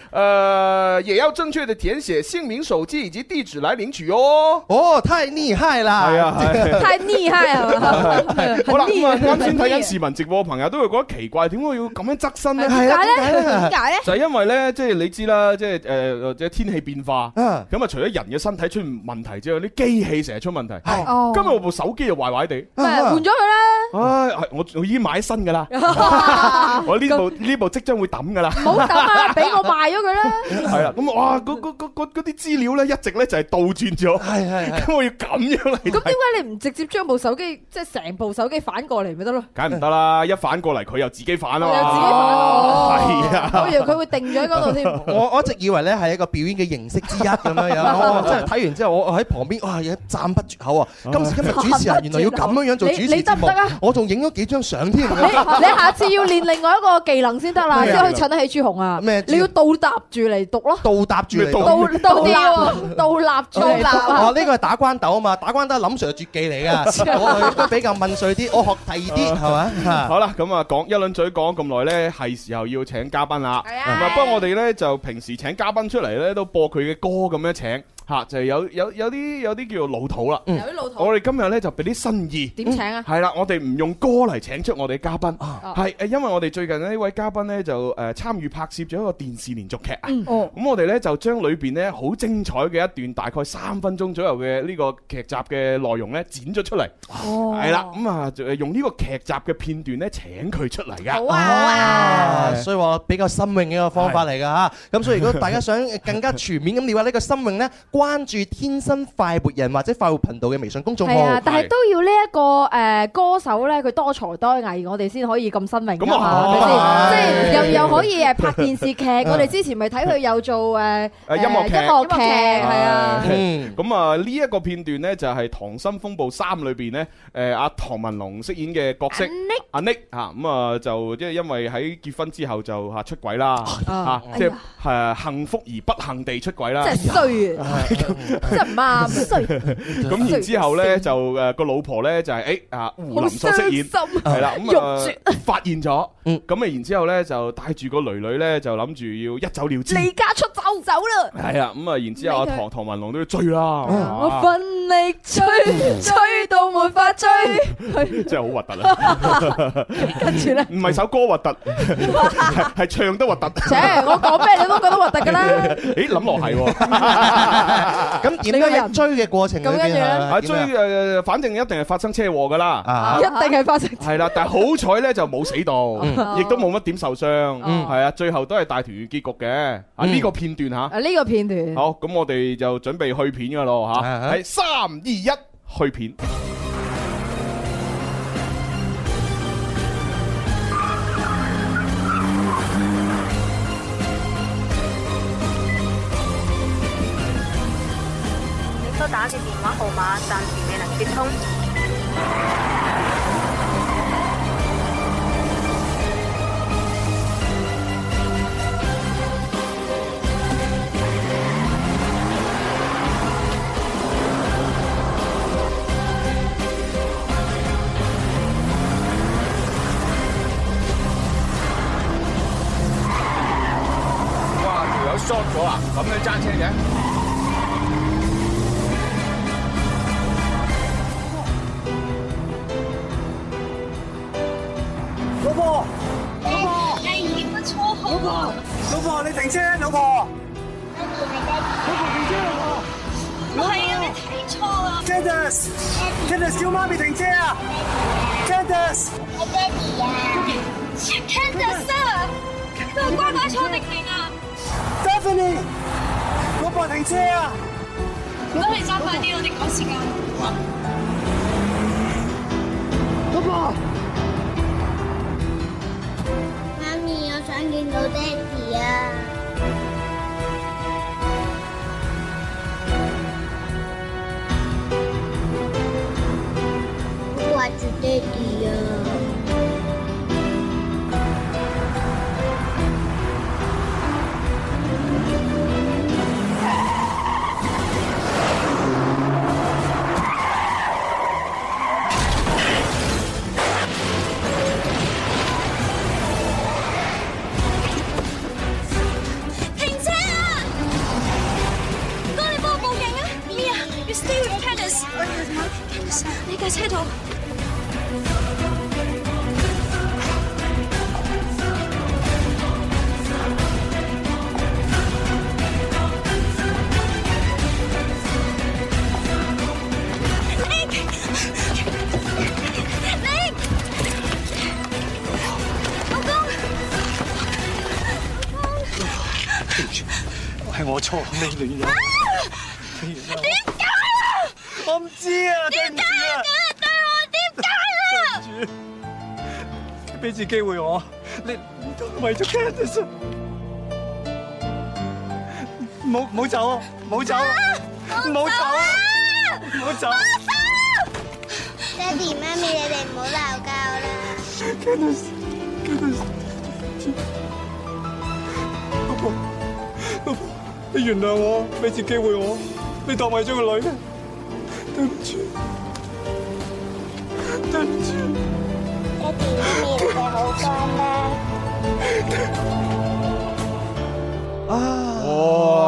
呃，也要正确的填写姓名、手机以及地址来领取哦。
哦，太厲害啦！
係啊係
太厲害係嘛
係好啦，咁啊，
很厲害
啱先睇緊視頻直播嘅朋友都會覺得奇怪，點解要咁樣側身咧？
係點解咧係啊點解咧
就係因為咧，即係你知啦，即係誒，即係天氣變化，咁啊，除咗人嘅身體出問題之外，啲機器成日出問題。
哦
今日我部手機又壞壞地，
咪換咗佢啦，
唉，係我我已經買新㗎啦， 我呢部呢部即將會抌㗎啦。
唔好抌啊，俾我賣咗佢 啦。
係啦，咁啊哇，嗰嗰嗰嗰嗰啲資料咧，一直咧就係倒轉 咗。係係咁我要咁樣嚟睇。
咁點解你唔直接將部手機即係成部手機反過嚟咪得咯？
梗係唔得啦，一反過嚟佢又自己反啊嘛。
又自己反哦
係啊。
我以為佢會定咗喺嗰度添。
我我一直以為咧係一個表演嘅形式之一咁樣 樣，
哦
我我真係睇完之後，我我喺旁邊哇，有讚不絕口啊！今時今日主持人原來要咁樣樣做主持
啊你你得
節
唔
目
得啊，
我仲影咗幾張相添。
你你下次要練另外一個技能先得啦，
咩
先
啊
可以襯得起朱紅啊！
咩
你要倒搭住嚟讀咯，
倒搭住嚟讀
倒倒
咩
吊，倒立住 嚟讀啊
哦，！呢個係打關鬥啊嘛，打關鬥係林 Sir 嘅絕技 嚟㗎，我都比較問水啲，我學第二啲係
哦
嘛。
好啦，咁啊講一輪嘴講咁耐咧，係時候要請嘉賓啦。咁啊，不過我哋咧就平時請嘉賓出嚟咧，都播佢嘅歌咁樣請吓，就係有有有啲有啲叫做老土啦。
有啲老土
我哋今日咧就俾啲新意。
點請啊
係啦，我哋唔用歌嚟請出我哋嘅嘉賓，係誒，因為我哋最近呢位嘉賓咧就誒參與拍攝咗一個電視連續劇啊。
哦，
咁我哋咧就將裏邊咧好精彩嘅一段大概三分鐘左右嘅呢個劇集嘅內容咧剪咗出嚟，
哦
係啦，咁啊就用呢個劇集嘅片段咧請佢出嚟噶。
好啊，所以話比較新穎嘅一個方法嚟㗎嚇。咁所以如果大家想更加全面咁了解呢個新穎呢，關注天生快活人或者快活頻道嘅微信公眾號。
係啊，但係都要呢一個誒歌手咧，佢多才多藝，我哋先可以咁新穎㗎嘛，係咪先？即係又又可以誒拍電視劇，我哋之前咪睇佢有做誒
誒音樂劇，
音樂劇係啊。
嗯 咁啊呢一個片段呢，就係《溏心風暴三》裏邊呢，誒阿唐文龍飾演嘅角色阿 Nick 嚇，咁啊就即係因為喺結婚之後就嚇出軌啦，嚇
啊
即係
哎呀
誒幸福而不幸地出軌啦，
真係衰啊！真係唔啱，衰
咁然之後咧就誒個老婆咧就係誒啊胡林所飾演
好傷心
係啦，咁啊
肉
發現咗，咁啊然之後咧就帶住個女女咧就諗住要一走了之，
離家出走走啦！
係啊，咁啊然之後阿
理佢
唐唐文龍都要追啦，
我
啊
奮力追，追到沒法追。
真係好核突啊！
跟住咧，
唔係首歌核突， 係係唱得核突。
切，我講咩你都覺得核突㗎啦。
咦，諗落係喎，
咁點樣喺追嘅過程裏
咁跟住
邊
咧
啊
係
追誒，反正一定係發生車禍㗎啦
啊。
一定係發生。
係啦，但係好彩咧就冇死 到，
嗯
亦都冇乜點受傷，係啊，最後都係大團圓結局嘅。啊，呢個片段吓，
啊，呢個片段。
好，咁我哋就準備去片噶咯吓，
啊
係三二一去片。
你所打嘅電話號碼暫時未能接通。
哇，條友 short 咗啊！咁樣揸車嘅？
老婆，
老婆，哎
婆，老婆你停車，老婆。老婆停車，老婆。唔係啊，你睇錯啦。Candice，Candice 叫媽咪停車啊。Candice。我爹哋啊。Candice 啊，佢乖乖坐定定啊。Stephanie，老婆停車啊。
如果你揸快啲，我哋趕時間。
老婆。
媽咪，我想見到爹哋啊！好掛住爹哋啊！
停車啊！哥，你幫我報警啊！Mia，you stay with Candice。Candice，你架車度。Nick，Nick，老公。
對唔住，係我錯，你亂咗。
點解啊？
我唔知啊，對唔
點解
住啊
啊？，對我點解啊？
俾次機會我，你為咗 Candice，唔好唔好走啊，唔好走啊，唔好走啊，唔好走啊。
爹哋媽咪，你哋唔好鬧交啦！
Candice，Candice，老婆，老婆，你原諒我，俾次機會我，你當為咗個女啦，對唔住，對唔住。
爹哋媽咪，你哋好乖啦！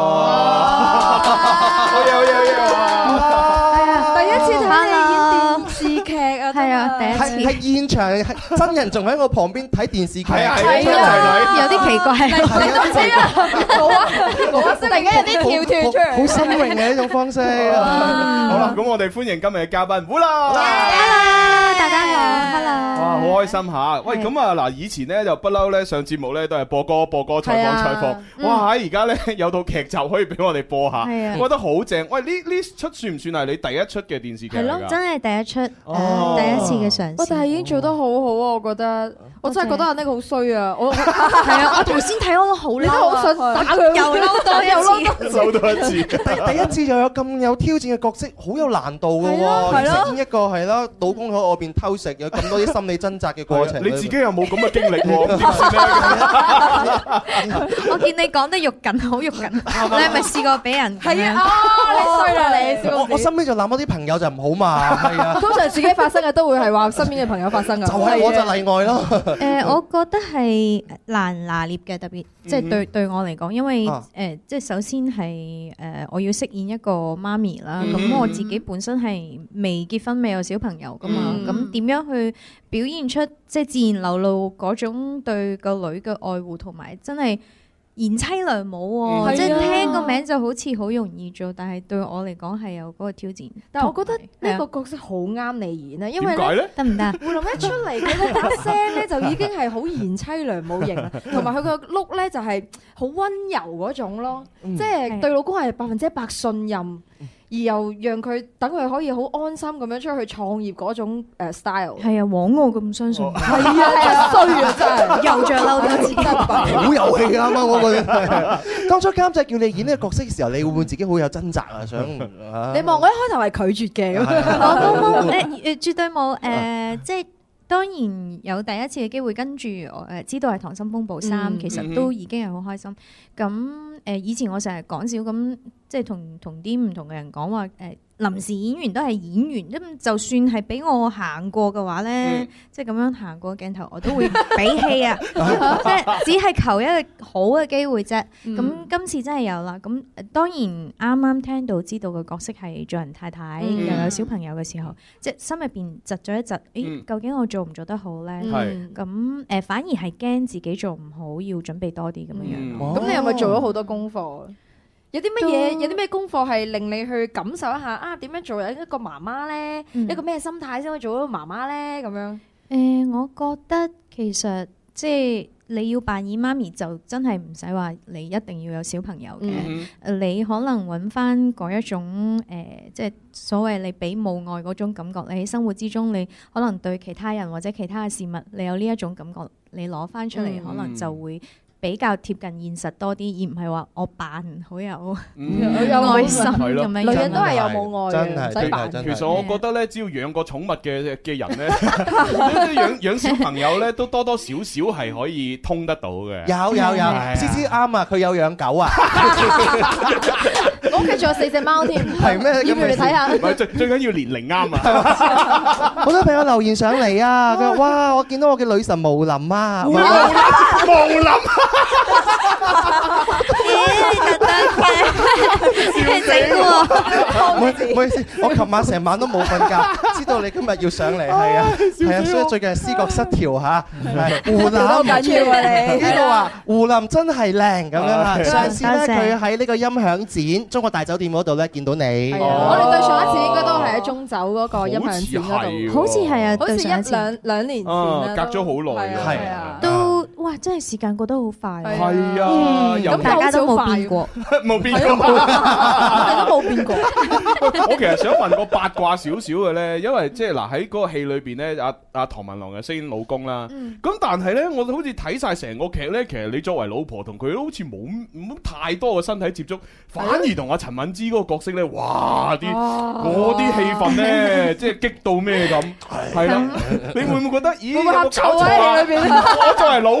係啊，第一次睇你演電視劇啊，真係。
係係現場係真人仲喺我旁邊睇電視劇，係
係啊有啲奇怪你知啊冇啊冇啊突然間有啲跳脫出嚟
好新穎嘅一種 方式。
好啦，咁我哋歡迎今日嘅嘉賓，好啦。
大家好，hello。
哇，好開心嚇！喂，咁啊嗱，以前咧就不嬲咧上節目咧都係播歌播歌採
係
訪
啊
採訪，
嗯
哇！喺而家咧有套劇集可以俾我哋播下，
係啊
我覺得好正。喂，呢呢出算唔算係你第一出嘅電視劇
係
嚟
咯，
㗎？
真係第一出，
哦
誒第一次嘅嘗
哇！
試。
但係已經做得好好啊，我覺得，我真係覺得阿 Nick 好衰啊！我
係啊，我頭先睇我都好
你
嬲
都
啊，
好想打佢，
又嬲多
又
一次。
次
收到一次，
第第一次就有咁有挑戰嘅角色，好有難度嘅
係咯係
喎。
咯
飾演一個係啦，老公喺我邊偷食，有咁多啲心理掙扎嘅過程。
你自己有冇咁嘅經歷 喎？
我見你講得肉緊，好肉緊。你 係咪試過俾人？係
啊哦你衰啦你笑
我我身邊就那麼啲朋友就唔好 嘛，係啊，
通常自己發生嘅都會係話身邊嘅朋友發生噶，
就係我就例 外咯。
嗯
誒，呃我覺得係呃難拿捏嘅，特別即係
嗯
對
哼
對我嚟講，因為
啊
誒即係首先係誒我要飾演一個媽咪啦，
嗯
咁我自己本身係未結婚、未有小朋友噶嘛，
嗯
咁點樣去表現出即係自然流露嗰種對個女嘅愛護同埋真係。賢妻良母
嗯
喎，即
係啊
係聽個名就好似好容易做，但係對我嚟講係有啊嗰個挑戰。
但係我覺得呢個角色好啱你演啊，因為
點解呢得唔得
胡林一出嚟，佢嗰把聲咧就已經係好賢妻良母 型啦，同埋佢個 look 咧就係好温柔嗰種咯，
嗯
即係對老公係百分之一百信任，而又讓佢等佢可以好安心咁樣出去創業嗰種誒 style。
係啊，枉我咁相
哦
信。
係啊，真係衰啊，真係
又再嬲多次
好有氣啊！啱啱我覺得。 當初監製叫你演呢個角色嘅時候，你會唔會自己好有掙扎啊？想啊
你望我一開頭係拒絕嘅，咁
係
我冇冇
啊
誒誒，絕對冇誒、
啊
即係當然有第一次嘅機會，跟住我誒知道係《溏心風暴三》
嗯
其
嗯
實
哼
都已經係好開心。咁誒、以前我成日講笑咁，即係同同啲唔同嘅人講話誒。臨時演員都係演員，咁就算係俾我行過嘅話
嗯
咧，即係咁樣行過鏡頭，我都會俾氣 啊！ 即係只係求一個好嘅機會啫。咁、
嗯
今次真係有啦。咁呃當然啱啱聽到知道嘅角色係做人太太，
嗯
又有小朋友嘅時候，即係心入邊窒咗一窒，
嗯
誒，究竟我做唔做得好
嗯
咧？
係
咁誒、呃反而係驚自己做唔好，要準備多啲咁樣樣
음.
咯。
咁你係咪做咗好多功課？有啲乜嘢？有啲咩功課係令你去感受一下啊？點樣做一個媽媽咧？一個咩心態先可以做到媽媽咧？咁樣
誒、呃我覺得其實即係你要扮演媽咪，就真係唔使話你一定要有小朋友嘅。
嗯
呃你可能揾翻嗰一種誒、即係所謂你俾母愛嗰種感覺。你喺生活之中，你可能對其他人或者其他嘅事物，你有呢一種感覺，你攞翻出嚟，
嗯
可能就會。比較貼近現實多啲，而唔係話我扮好有、嗯
嗯
有
愛心咁
係咯
樣。
女人都係有母愛
真係
嘅，唔使扮。
真係
其實我覺得咧，只要養過寵物嘅嘅人 咧，即係養養小朋友咧，都多多少少係可以通得到嘅。
有有有
係，啊
思思啱啊，佢有養狗啊，
我屋企仲有四隻貓添，
係咩
要唔要你睇下
唔？係最最緊要年齡啱啊！
好多朋友留言上嚟啊，佢話：哇，我見到我嘅女神毛林啊，
無林，無林。
唔好唔好意思，我琴晚成晚都冇 瞓覺，知道你今日要上嚟，係啊，係啊，所以最近係思覺失調嚇，係胡
調得好
林
緊要啊你
呢個話胡林真係靚咁樣啊！
係
上次咧
多謝
佢喺呢個音響展中國大酒店嗰度咧見到你，
我哋對上一次應該都係喺中酒嗰個音響展
好似係
嗰
喎
度，
好似係
啊
好似
對上一
一
次
兩兩年前啦，
隔咗好耐啦，
係啊。
都哇，真係時間過得好快。
係啊，
嗯
又
咁大家都冇變過，
冇 變過，
我哋都冇變過。
我其實想問個八卦少少嘅咧，因為即係嗱喺嗰個戲裏邊咧，阿阿唐文龍嘅飾演老公啦。
嗯
咁但係咧，我好似睇晒成個劇咧，其實你作為老婆同佢都好似冇冇太多嘅身體接觸，反而同阿陳敏之嗰個角色咧，哇啲
哦
嗰啲氣氛咧，即係激到咩咁？係啦，
啊
你會唔會覺得咦有
會唔會
冇
呷
搞
醋
錯
啊
啊？
你裏邊
我作為老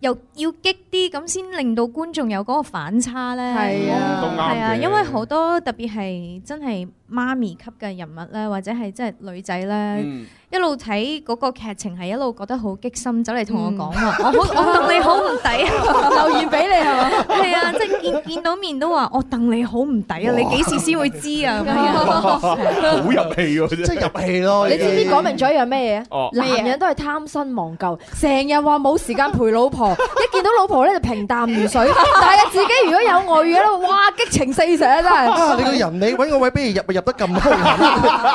又要激啲咁先令到觀眾有嗰個反差咧，
係啊都啱嘅
係啊，因為好多特別係真係媽咪級嘅人物咧，或者係即係女仔咧，
嗯
一路睇嗰個劇情係一路覺得好激心，走嚟同我講話，
嗯
我好 我戥你好唔抵啊，
留言俾你係嘛
係啊，即係見見到面都話我戥你好唔抵啊，你幾時先會知啊？
嗯
咁
哇
樣
好入戲喎，真
即係入戲咯
你知唔知講明咗一樣咩
哦
嘢？男人都係貪新忘舊，成日話冇時間陪老 婆，一見到老婆咧就平淡 如水。但係自己如果有外遇咧，哇激情四射真
啊！你個
係。
人你揾個位，不如入入得咁 好。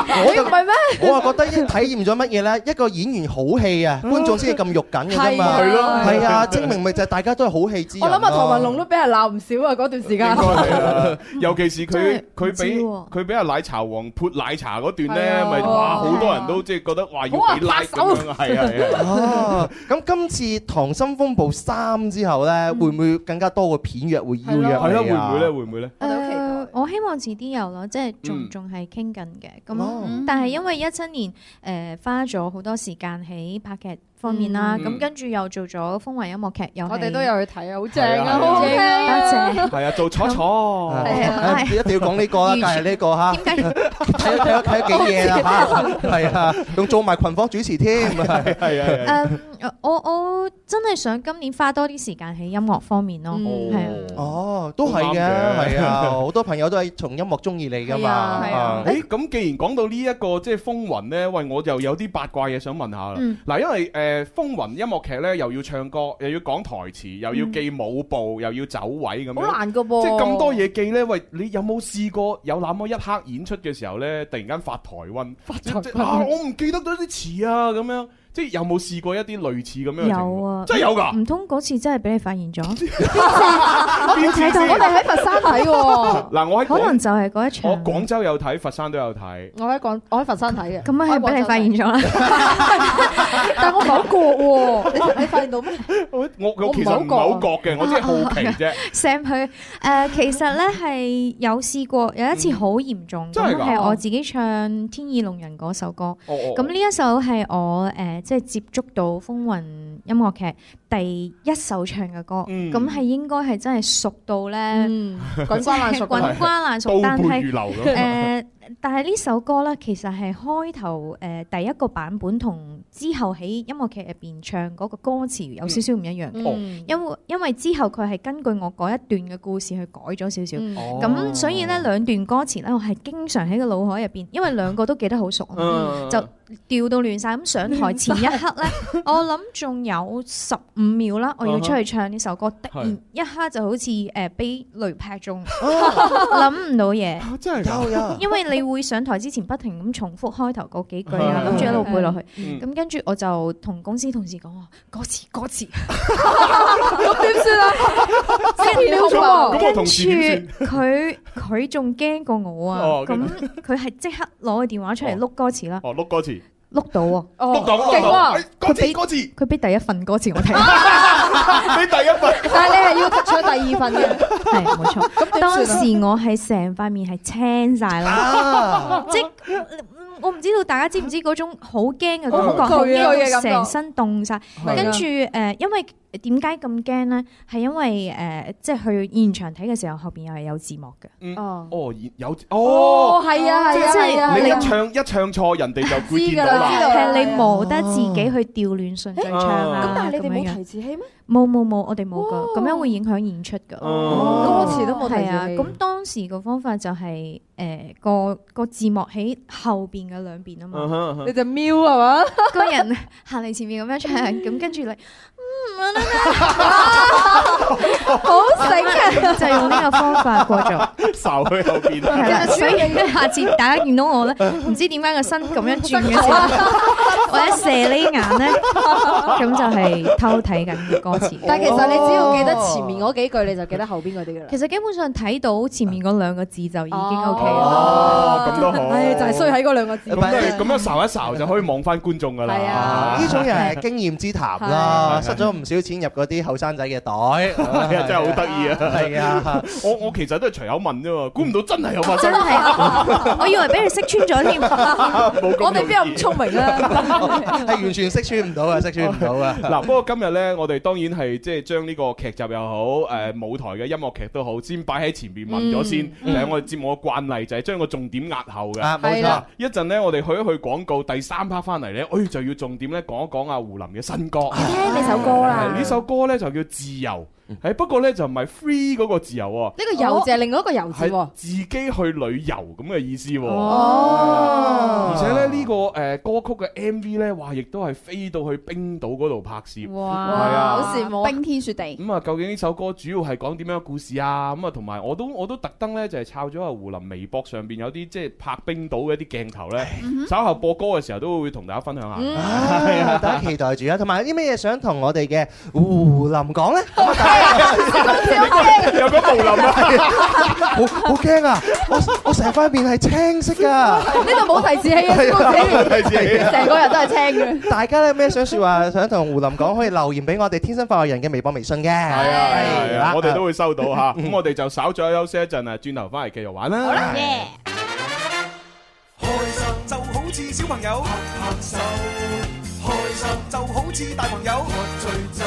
我
你唔係 咩？
我啊覺得已經體驗咗乜嘢咧？一個演員好戲啊，觀眾先至咁肉緊嘅啫嘛。
係啊
係啊，證明咪就係大家都係好戲之人
我
咯。
諗啊，唐 文龍都俾人鬧唔少啊！嗰段時間
應該係啦，尤其是
真係
佢
唔
佢
知
俾
喎
佢俾阿奶茶王潑奶茶嗰段
係
咧，
啊
咪哇好多人都即係覺得哇要
好啊
俾 like
拍手
咁樣，係啊係啊。
哦，咁今次《溏心風暴三》之後咧，會唔會更加多個片約會邀約你啊？
係啦，會唔會咧？會唔會咧？
誒，呃我希望遲啲有咯，即係
嗯
仲仲係傾緊嘅。
哦
咁但係因為一七年誒花咗好多時間喺拍劇方面啦，
嗯
咁跟住又做咗風雲音樂劇，又
我哋
係
都有去睇啊，好正
係啊
啊，好好聽啊！
多謝。
係啊，做楚楚。
係啊一定要講呢個啦，梗係呢個嚇。
點解？
睇咗睇咗睇咗幾夜啦嚇，係啊，仲做埋群訪主持添，係
係啊。
誒，呃我我真係想今年花多啲時間喺音樂方面咯，係啊。
哦，都係
啱
嘅，
嘅
係啊，好多朋友都係從音樂中意你噶嘛。啊
誒咁既然講到呢一個即係風雲咧，喂，我就有啲八卦嘢想問下啦
嗯。
嗱，因為誒風雲音樂劇咧，又要唱歌，又要講台詞，又要記舞步，又要走位咁樣。
好難噶噃
即係咁多嘢記咧，喂，你有冇試過有那麼一刻演出嘅時候咧，突然間發台瘟？發
台
啊，我唔記得咗啲詞啊，咁樣。即係有冇試過一啲類似咁樣嘅情況？
有啊，
真係有㗎
唔通嗰次真係俾你發現咗？
我睇到我哋喺佛山睇喎，
嗱，我喺
可能
廣
就係嗰一場。
我廣州有睇，佛山都有睇。
我喺廣，我喺佛山睇嘅。
咁啊，係俾你發現咗啦。
但我唔係好覺喎，你你發現到咩？
我我其實唔係好覺嘅，我只係好奇啫。
Sam 佢誒，其實咧係有試過有一次好嚴重，
嗯真係
咁
㗎
係我自己唱《天意弄人》嗰首歌。
哦哦
咁呢一首係我誒即係接觸到風雲音樂劇第一首唱嘅歌，
嗯
咁係應該係真係熟到咧，
滾瓜爛熟
即係滾瓜爛熟，
倒
但
背
係
如流 咁
呃
誒，但係呢首歌咧，其實係開頭誒第一個版本同之後喺音樂劇入邊唱嗰個歌詞有少少唔一樣
嗯哦
嘅，因為因為之後佢係根據我嗰一段嘅故事去改咗少少，
Ừ.
嗯哦
咁所以咧兩段歌詞咧，我係經常喺個腦海入邊，因為兩個都記得好熟啊嘛
哦
嗯，
就調到亂晒。咁上台前一 刻咧，我諗仲有十五秒啦，我要出去唱呢首歌，突然一刻就好似誒俾雷 劈中，諗唔到嘢，
真
係
有有
因為你會上台之前不停咁重複開頭嗰幾句啊，諗住一路背落去
嗯，
咁跟住我就同公司同事講我歌詞歌詞，
咁點算啊
跟住
咁我咁我
跟
同事點
住佢佢仲驚過我啊
哦，
咁
그
佢係即刻攞個電話出嚟碌歌詞啦，
哦，碌歌詞，
碌到哦喎，
碌到碌到，哎歌詞歌詞，
그
佢俾第一份歌詞我睇。
你第一份。
但係你係要出第二份嘅。
係冇錯。
點算啊
當時我係成塊面係青晒啦
啊，
即嗯我唔知道大家知唔知嗰種好驚嘅感覺，
好
好
攰啊
驚到
好攰嘅感覺
成身凍晒。
係
跟住誒，呃因為點解咁驚呢？係因為誒，即係去現場睇嘅時候，後邊又係有字幕嘅。
嗯
哦，
哦，有哦，
係啊係啊
即係
係啊
你
係啊
一唱一唱錯，人哋就會見到
係
啦。
啊
係你冇得自己去調亂順序唱
哦
啊。
咁但
係你哋冇提
字器咩？冇冇冇，我哋冇噶，咁樣會影響演出噶。
어.
哦歌詞都冇提字器
係啊，咁當時個方法就係誒個個字幕喺後邊嘅兩邊啊
嗯哼嗯
嘛
哼。
你就瞄係嘛？
個人行嚟前面咁樣唱，咁跟住你。
好醒啊！
就用呢個方法過咗，
睄去後邊。
係啊啦，所以咧，下次大家見到我咧，唔知點解個身咁樣轉嘅時候，或者蛇呢眼咧，咁就係偷睇緊嘅歌詞。
但係其實你只要記得前面嗰幾句，你就記得後邊嗰啲㗎啦。
其實基本上睇到前面嗰兩個字就已經 OK
哦，
啦。
咁都好。
唉，就係衰喺嗰兩個字。
咁都係咁樣睄一睄就可以望翻觀眾噶啦。
係啊
呢種又係經驗之談啦，塞咗唔少錢入嗰啲後生仔嘅袋，
係 啊，真係好得意啊！
係啊，
我我其實都係隨口問啫喎，估唔到真係有發生。
真係，啊我以為俾你識穿咗添。
冇咁
我哋邊有咁聰明啊？
係完全識穿唔到啊，識穿唔到 啊！
嗱，不過今日呢，我哋當然係即係將呢個劇集又好，誒、舞台嘅音樂劇都好，先擺喺前面問咗先。
嗯
就係我哋節目嘅慣例，就係將個重點壓後嘅。
啊冇錯係啦
一陣呢，我哋去一去廣告，第三 part 翻嚟呢，哎就要重點呢講一講阿胡林嘅新歌。
聽你首歌
啊
啦
係呢首歌呢就叫自由，
嗯
係不過呢，就唔係 free 嗰個自由喎。
呢個遊字係另外一個遊字
係
喎。
自己去旅遊咁嘅意思喎。
哦
而且咧呢個誒歌曲嘅 MV 咧，哇，亦都係飛到去冰島嗰度拍攝。係啊，
好羨慕，冰天雪地。
咁啊，究竟呢首歌主要係講點樣嘅故事啊？咁啊，同埋我都我都特登咧就係抄咗阿胡林微博上邊有啲即係拍冰島嘅一啲鏡頭咧，稍後播歌嘅時候都會同大家分享下。
係啊，大家期待住啊！同埋有啲咩嘢想同我哋嘅胡林講咧？
有個胡林啊，
好好驚啊！我我成塊面係青色㗎，呢
度冇提示器啊蕭公子
提示器啊
成個人都係青
嘅。大家咧有咩想説話想同胡林講，可以留言俾我哋天生快樂人嘅微博、微信嘅。係
係啊，我哋都會收到吓。咁我哋就稍咗休息一陣啊，轉頭翻嚟繼續玩啦。
开心就好似小朋友拍拍手，開心就好似大朋友喝醉酒。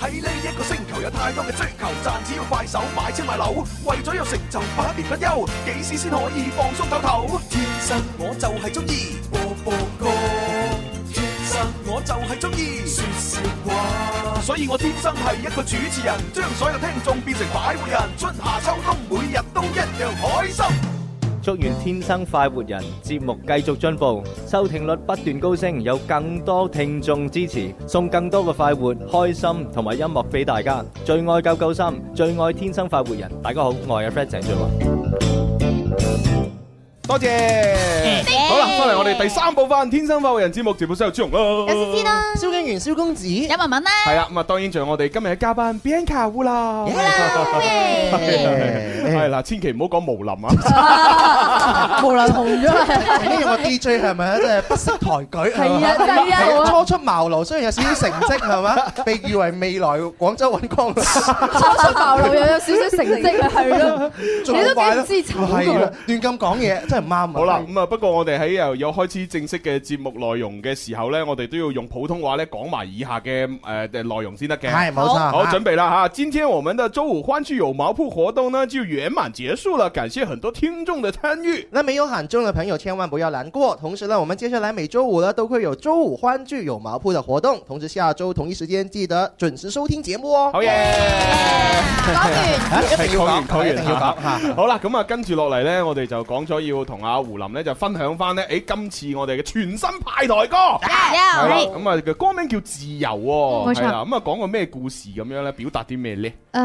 喺呢一個星球有太多嘅追求，賺錢要快手買車買樓，為咗有成就百年不休，幾時先可以放鬆唞唞？天生我就係中意播播歌，天生我就係中意说笑話，所以我天生係一個主持人，將所有聽眾變成擺活人，春夏秋冬每日都一樣開心。
chúc 愿天生快活人节目继续进步，收听率不断高升，有更多听众支持，送更多嘅快活、开心同埋音乐俾大家。最爱九九三，最爱天生快活人。大家好，我系 Fred 郑俊华。
多謝。好啦，翻嚟我哋第三部分《天生發育人》節目直播室有朱紅啦，
詩詩啦，蕭敬元、蕭公子，有文文啦，
係啦，咁啊當然仲有我哋今日嘅嘉賓 Bianca 烏啦， 係啦，千祈唔好講無林啊，
無論紅咗呢個 DJ 係咪啊？真係不識抬舉。
係啊真係啊
係
我
初出茅廬，雖然有少少成績係嘛，被譽為未來廣州揾光。初
出茅廬又有少少成績啊 係咯你都幾唔知醜㗎
係啦，亂咁講嘢真係唔啱啊。
好啦，咁啊不過我哋喺又有開始正式嘅節目內容嘅時候呢，我哋都要用普通話咧講埋以下嘅呃誒嘅內容先得嘅，
係冇錯
好
啊
準備啦嚇，今天我們的周五歡聚有毛鋪活動呢就圓滿結束了，感謝很多聽眾的參與。
那没有喊中的朋友千万不要难过。同时呢，我们接下来每周五呢都会有周五欢聚有毛铺的活动，同时下周同一时间记得准时收听节目哦。
好嘢！
啊一定
講
要講
完，講完
一定要講
嚇好啦，咁啊，跟住落嚟呢，我哋就講咗要同阿胡林呢就分享翻呢，誒今次我哋嘅全新派台歌，係啦
係
咁啊個歌名叫自由喎，
冇錯
係啦，咁啊講個咩故事咁樣呢？表達啲咩呢？
誒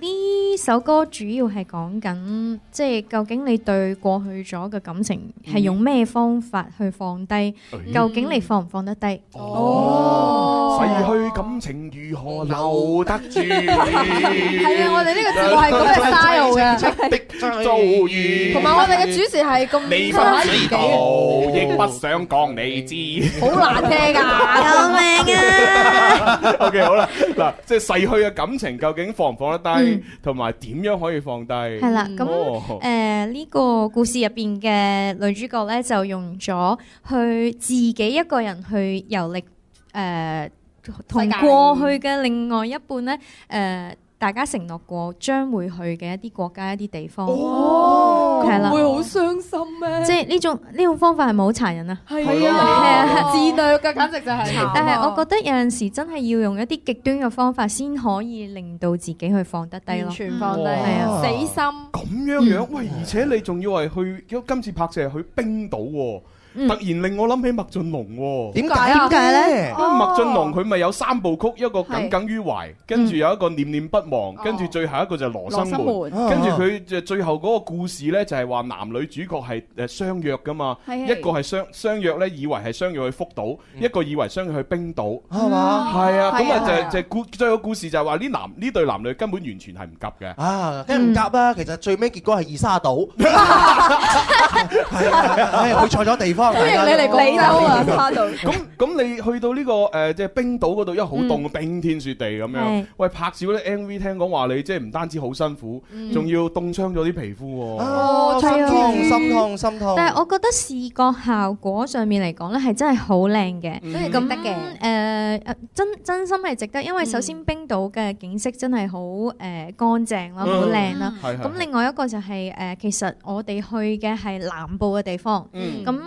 呢首歌主要係講緊，即係究竟你對過去咗嘅感情係用咩方法去放
嗯
低？
哎
究竟你放唔放得低？
哦，逝去感情如何留得住？係
係啊我哋呢個節目係咁嘅 style 嘅
嘅遭遇，
同埋我哋嘅主持係咁
你不
親
知道，亦不想講你知。
好難聽㗎，救命啊！
O K，好啦，嗱，即係逝去嘅感情究竟放唔放得低，同埋點樣可以放低？哦係
係啦，
嗯
咁嗯誒呢個故事入邊嘅女主角咧，就用咗去自己一個人去遊歷誒，呃同、
世界
過去嘅另外一半咧誒。呃大家承諾過將會去嘅一啲國家、一啲地方，
哦
係啦，
會好傷心咩？
即係呢種呢種方法係咪好殘忍啊？
係
係
啊，自虐嘅簡直就係。
但係我覺得有陣時真係要用一啲極端嘅方法，先可以令到自己去放得低咯。
完全放低
係啊，
死心。
咁樣樣，喂，而且你仲要係去，因為今次拍攝係去冰島喎。突然令我諗起麥浚龍喎，
點解啊點解呢
因為哦麥浚龍佢咪有三部曲，一個耿耿於懷，跟住有一個念念不忘，跟住最後一個就係嗯羅生
羅
門，
哦
生門
跟住佢就最後嗰個故事呢，就係話男女主角係誒相約噶嘛，
係
一個係相相約呢，以為係相約去福島，一個以為相約去冰島，
係嘛
係嗯啊，咁
係啊係
啊
啊
就就故最後故事就係話呢男呢對男女根本完全係唔夾嘅。
啊，梗係唔夾啦。其實最尾結果係二沙島，係啊係啊去錯咗地方。
歡迎你嚟廣州啊沙島
咁咁你去到呢個誒即係冰島嗰度，因為好
嗯
凍，冰天雪地咁樣
係。
喂，拍照咧 MV 聽講話你即係唔單止好辛苦，
嗯
仲要凍傷咗啲皮膚喎。
哦
係啊
心痛心痛心痛
但係我覺得視覺效果上面嚟講咧，係真係好靚嘅，
嗯
所以值得嘅
咁誒誒真真心係值得，因為首先冰島嘅景色真係好誒乾淨啦，
嗯
好靚啦。
係係
咁
係
另外一個就係誒，其實我哋去嘅係南部嘅地方，
嗯
咁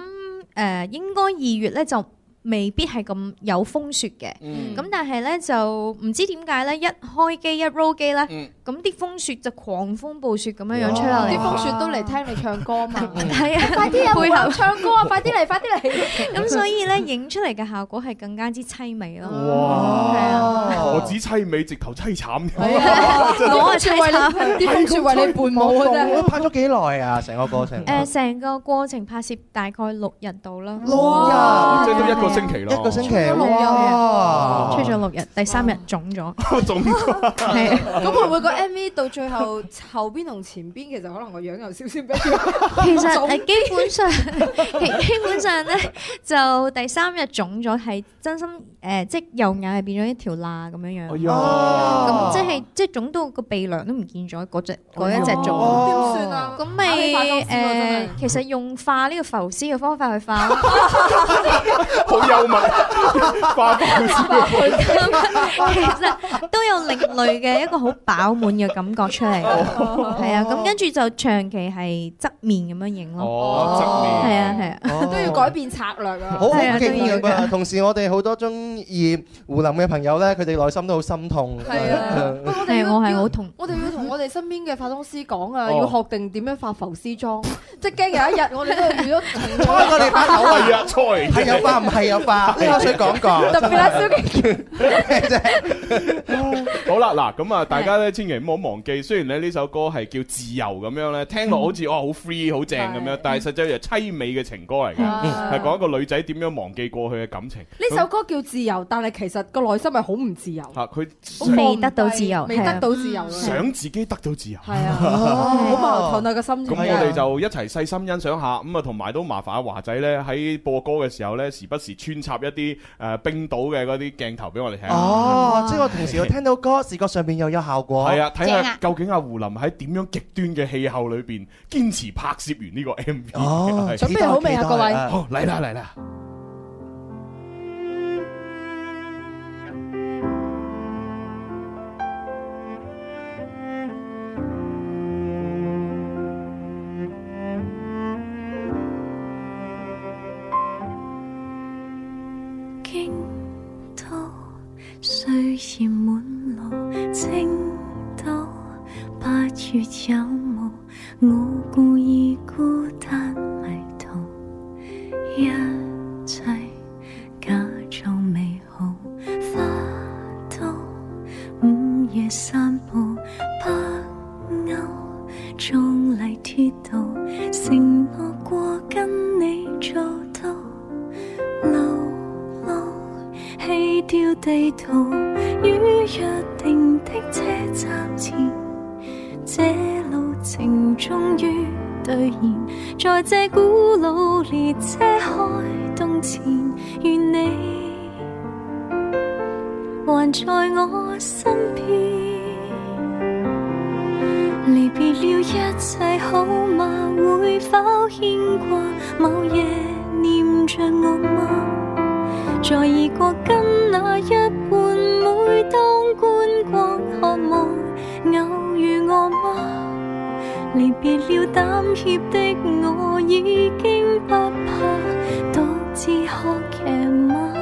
誒應該二月咧就。未必係咁有風雪嘅，
嗯
咁但係咧就唔知點解咧，一開機一 roll 機咧，
嗯
咁啲風雪就狂風暴雪咁樣樣吹落嚟，
啲風雪都嚟聽你唱歌嘛，
係啊，
快啲啊，
配
配
合
合唱歌啊，快啲嚟，快啲嚟。
咁所以咧，影出嚟嘅效果係更加之凄美咯。
哦
係
哇
啊！
我指凄美，直頭凄慘。
我係凄慘
啲風雪為你伴舞 啊真係
拍咗幾耐啊？成個過程。
誒，呃成個過程拍攝大概六日到啦。
嗯
哦
即係都一個星期咯。
一個 星期
吹咗六日
哇
吹咗六日，第三日腫 咗。
腫
哦係
咁會唔會個 MV 到最後後邊同前邊其實可能個樣有少少唔一樣？
其實誒基本上， 其基本上咧就第三日腫咗，係真心誒，即係右眼係變咗一條罅咁樣
哎
樣。
哦
咁即係即係腫到個鼻梁都唔見咗嗰只嗰一隻腫。
哦點算啊
咁
打你化妝
咪
師喎真
誒，其實用化呢個浮絲嘅方法去化。
好幽 默，化妝
咁
師。
其實都有另類嘅一個好飽滿嘅感覺出嚟，
哦
係啊，咁跟住就長期係側面咁樣影咯，
哦側面
係啊係啊，
都要改變策略啊！
好好
係啊都
敬
要
業啊！
嘅
同時我哋好多中意胡林嘅朋友咧，佢哋內心都好心痛。
係啊喂我
係
哋要
我係好痛。
我哋要同我哋身邊嘅化妝師講啊，
哦
要學定點樣化浮絲妝，即係驚有一日我哋都遇咗同
猜我哋把口
係啊，猜
係有化唔係 係有化呢口水講過特別啦真係
蕭敬好啦，嗱咁啊，大家咧千祈唔好忘記，雖然咧呢首歌係叫自由咁樣咧，聽落好似哦好 free 好正咁樣，但係實際係凄美嘅情歌嚟嘅，
啊
係講一個女仔點樣忘記過去嘅感情。
呢首歌叫自由，但係其實個內心係好唔自由，
吓啊佢
好
想
放唔低
得到自由
未得到自由啊，
嗯想自己得到自由，係
啊好矛盾啊個心
咁
情。
我哋就一齊細心欣賞下，咁啊同埋都麻煩阿華仔咧喺播歌嘅時候咧，時不時穿插一啲誒冰島嘅嗰啲鏡頭俾我哋睇。
哦，即係我同時我聽到歌，視覺上邊又有效果。
係啊，睇下究竟阿胡林喺點樣極端嘅氣候裏邊堅持拍攝完呢個 M V。
哦
係
準備好未啊期待各位啊
好哦嚟啦嚟啦！
京都雖然滿路，青島八月有霧，我故意孤單迷途，一切假裝美好，花都午夜散步，北歐壯麗鐵道，承諾過跟你做到，路。棄掉地圖，與約定的車站前，這路程終於兌現。在這古老列車開動前，願你還在我身邊。離別了，一切好嗎？會否牽掛？某夜念着我嗎？在異國跟那一半，每當觀光渴望偶遇我嗎？離別了膽怯的我，已經不怕獨自學騎馬，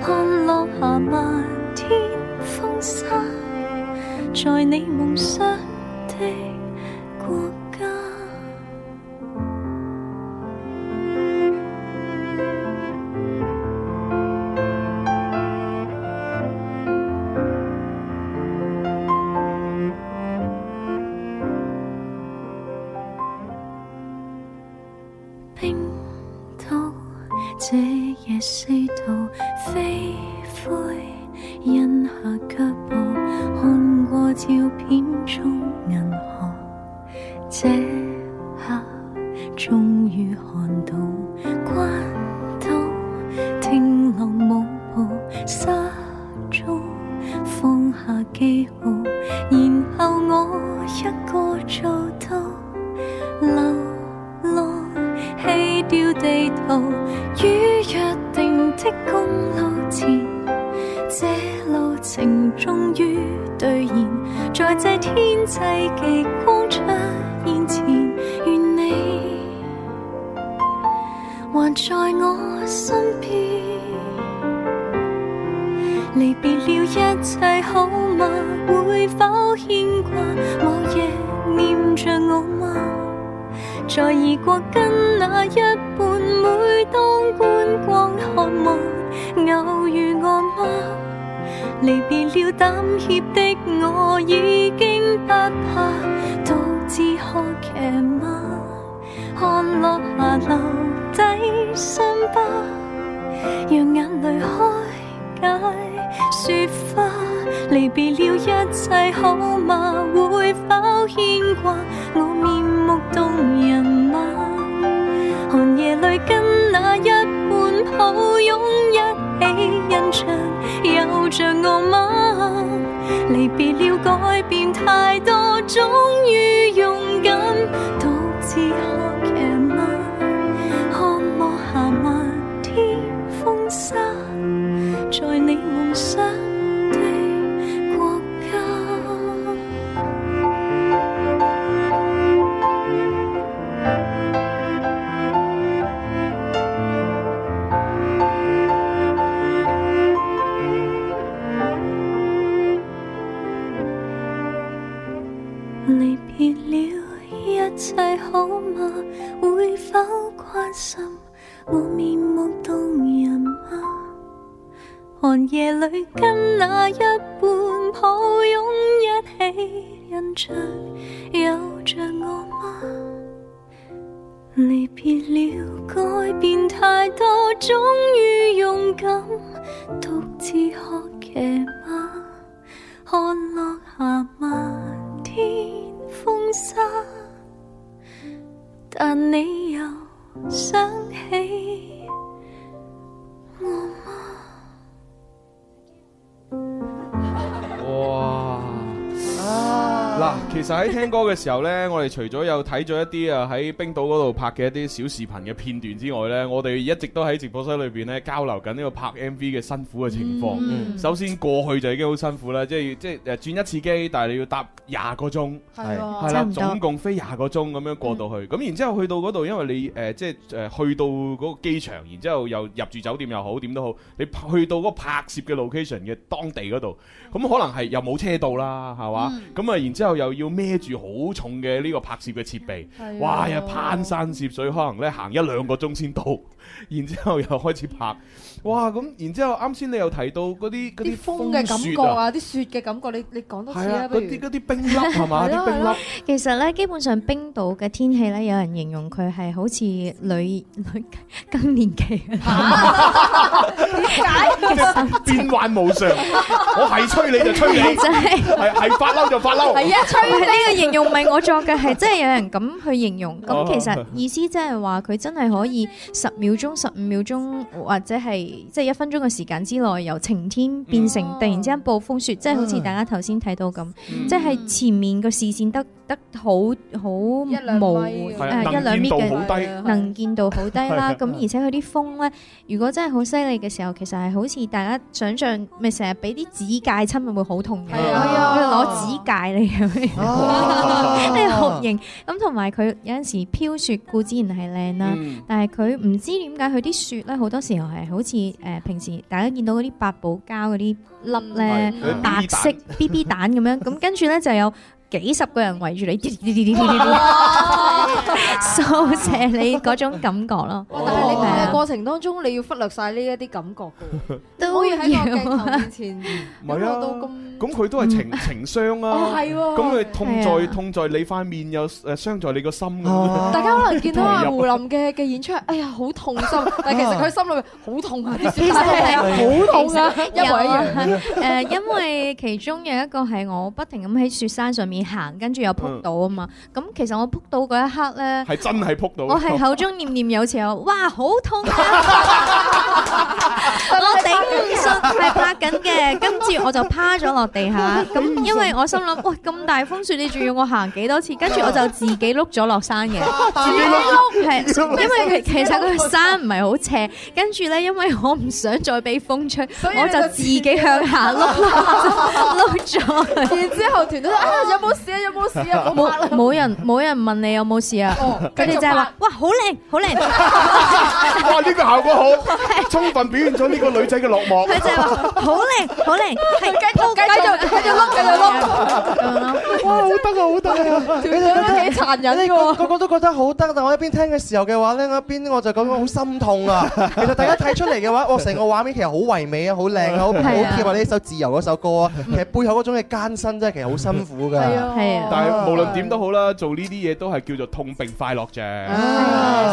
看落霞漫天風沙，在你夢想的國家。冰島這夜四度飛灰，印下腳步，看過照片中銀河，這下終於看到關島聽落舞步，沙中放下記號，然後我一個做到流浪。棄掉地圖，於約定的公路前，這路程終於兌現。在這天際極光出現前，願你還在我身邊。離別了，一切好嗎？會否牽掛？某夜念着我嗎？在異國跟那一半，每當觀光渴望偶遇我嗎？離別了膽怯的我，已經不怕獨自學騎馬，看落霞留低傷疤，讓眼淚開解雪花。離別了一切好嗎？會否牽掛我面目動人嗎？寒夜裏跟那一半抱擁一起印象，有着我嗎？離別了改變太多，終於勇敢獨自學騎馬，看落霞漫天風沙，在你夢想的國家。離別了，一切好嗎？會否關心我面目動人嗎？
夜里跟那一半抱擁一起，印象有着我嗎？離別了，改變太多，終於勇敢獨自學騎馬，看落下漫天風沙。但你又想起我嗎？
哇！嗱，其實喺聽歌嘅時候呢，我哋除咗有睇咗一啲啊喺冰島嗰度拍嘅一啲小視頻嘅片段之外呢，我哋一直都喺直播室裏邊呢交流緊呢個拍 MV 嘅辛苦嘅情況。
嗯
首先過去就已經好辛苦啦，即係即係誒轉一次機，但係你要搭廿個鐘，
係喎
哦啊
係
差
啦，
唔多
總共飛廿個鐘咁樣過到
嗯
去。咁然之後去到嗰度，因為你誒即係誒去到嗰個機場，然之後又入住酒店又好點都好，你去到嗰個拍攝嘅 location 嘅當地嗰度，咁可能係又冇車到啦，係
嗯
嘛？咁啊，然之後又要孭住好重嘅呢個拍攝嘅設備，
嗯
係
哇！
啊
又攀山涉水，可能咧行一兩個鐘先到，然之後又開始拍，哇！咁然之後啱先你又提到嗰啲嗰啲
風嘅感
雪
覺啊，啲雪嘅感覺，你你講多次
係啊
啊，不如啊
嗰啲嗰啲冰粒係嘛啲冰粒。
其實咧，基本上冰島嘅天氣咧，有人形容佢係好似女 女更年期嘅
變幻無常，我係吹你就吹你，
真係
係係發嬲就發
啊
嬲，
啊呢個形容唔係我作嘅，係真係有人咁去形容。
哦
咁其實意思即係話佢真係可以十秒鐘、十五秒鐘或者係即係一分鐘嘅時間之內，由晴天變成
哦
突然之間暴風雪，即係好似大家頭先睇到咁，
嗯
即係前面個視線得得好好模糊，
咁
誒一兩米嘅能見度好低啦。
係
咁
啊
而且佢啲風咧，如果真係好犀利嘅時候，其實係好似大家想象，咪成日俾啲指戒親，咪會好痛嘅。係
啊
攞指戒嚟咁 樣，呢個學型。咁同埋佢有陣時飄雪固之然係靚啦
嗯，
但係佢唔知點解佢啲雪咧好多時候係好似誒平時大家見到嗰啲八寶膠嗰啲粒咧
嗯係
白色 BB 蛋咁樣，咁跟住咧就有。幾十個人圍住 你， 掃射你嗰種感覺 咯。
哦但係你
啊
拍嘅過程當中，你要忽略晒呢一啲感覺嘅喎，唔可以喺個鏡頭面前
唔係啊，咁佢都係情情傷
哦
啊，
係喎
咁佢痛在
係啊
痛在你塊面，又誒傷在你個心
哦大家可能見到阿胡
胡
林嘅嘅演出，哎呀好痛 心，但係其實佢心裏面好痛啊，啲
其
雪
實係
好痛啊，一模一樣。
誒，因為其中有一個係我不停咁喺雪山上面行，跟住又撲到啊嘛。咁其實我撲到嗰一刻咧，
係真係撲到，
我係 口中念念有詞，我哇好痛啊！我頂唔順，係拍緊嘅。跟住我就趴咗落地下，咁因為我心諗，喂咁大風雪，你仲要我行幾多次？跟住我就自己碌咗落山嘅，
自己碌
係因為其實佢個山唔係好斜，跟住咧因為我唔想再俾風吹，
以
我
你就
就自己向下碌 碌咗去。
然之後團隊都啊有冇事啊有冇事啊冇拍
冇
啦。
冇人冇人問你有冇事啊
哦？
佢哋就係話：哇，好靚，好靚！
哇！呢個效果好，充分表現咗呢個女仔嘅落寞。
佢就係話：好靚，好靚，係繼續
繼續繼續碌繼 續
啊
碌
咁樣咯。
哇，好得啊，好得啊！
條女都幾殘忍
你
㗎喎
個個個都覺得好得，但我一邊聽嘅時候嘅話咧，我一邊我就覺得好心 痛啊！其實大家睇出嚟嘅話，我成個畫面其實好唯美啊，好靚啊，好好
係啊
貼合呢首《自由》嗰首歌啊。其實背後嗰種嘅艱辛真係其實好辛苦㗎。
係啊
但係無論點都好啦，做呢啲嘢都係叫做痛並快樂啫。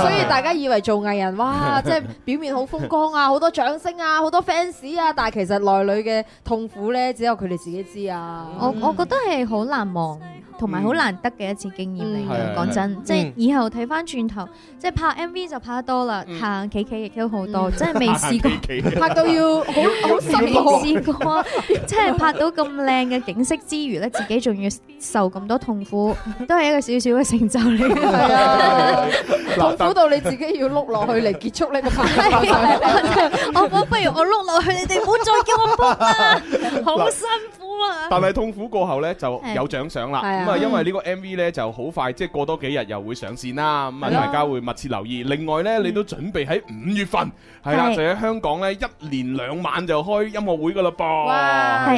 所以大家以為做藝人， 哇，即係表面好風光啊，好多掌聲啊，好多 fans 啊，但係其實內裏嘅痛苦咧，只有佢哋自己知啊。
我我覺得係好難忘。同埋好難得嘅一次經驗嚟
嗯
嘅，講真，即嗯係啊以後睇翻轉頭，即係拍 MV 就拍得多啦，行行企企亦都好多，
嗯
真係未試 過
拍到要好好失望
未試過，即係拍到咁靚嘅景色之餘咧，自己仲要受咁多痛 苦，都係一個少少嘅成就 嚟嘅。
係啊
嗱
痛苦到你自己要碌落去嚟結束呢個 拍
係
攝。
我我哦不如我碌落去，你哋唔好再叫我卜啦， 好辛苦啊！
但係痛苦過後呢，就有獎賞啦。
係啊
咁啊，因為呢個 MV 呢，就好快，即係過多幾日又會上線啦。咁啊，
係啊
大家會密切留意。另外呢，你都準備喺五月份係啦，
係
就喺香港呢，一連兩晚就開音樂會噶啦噃。係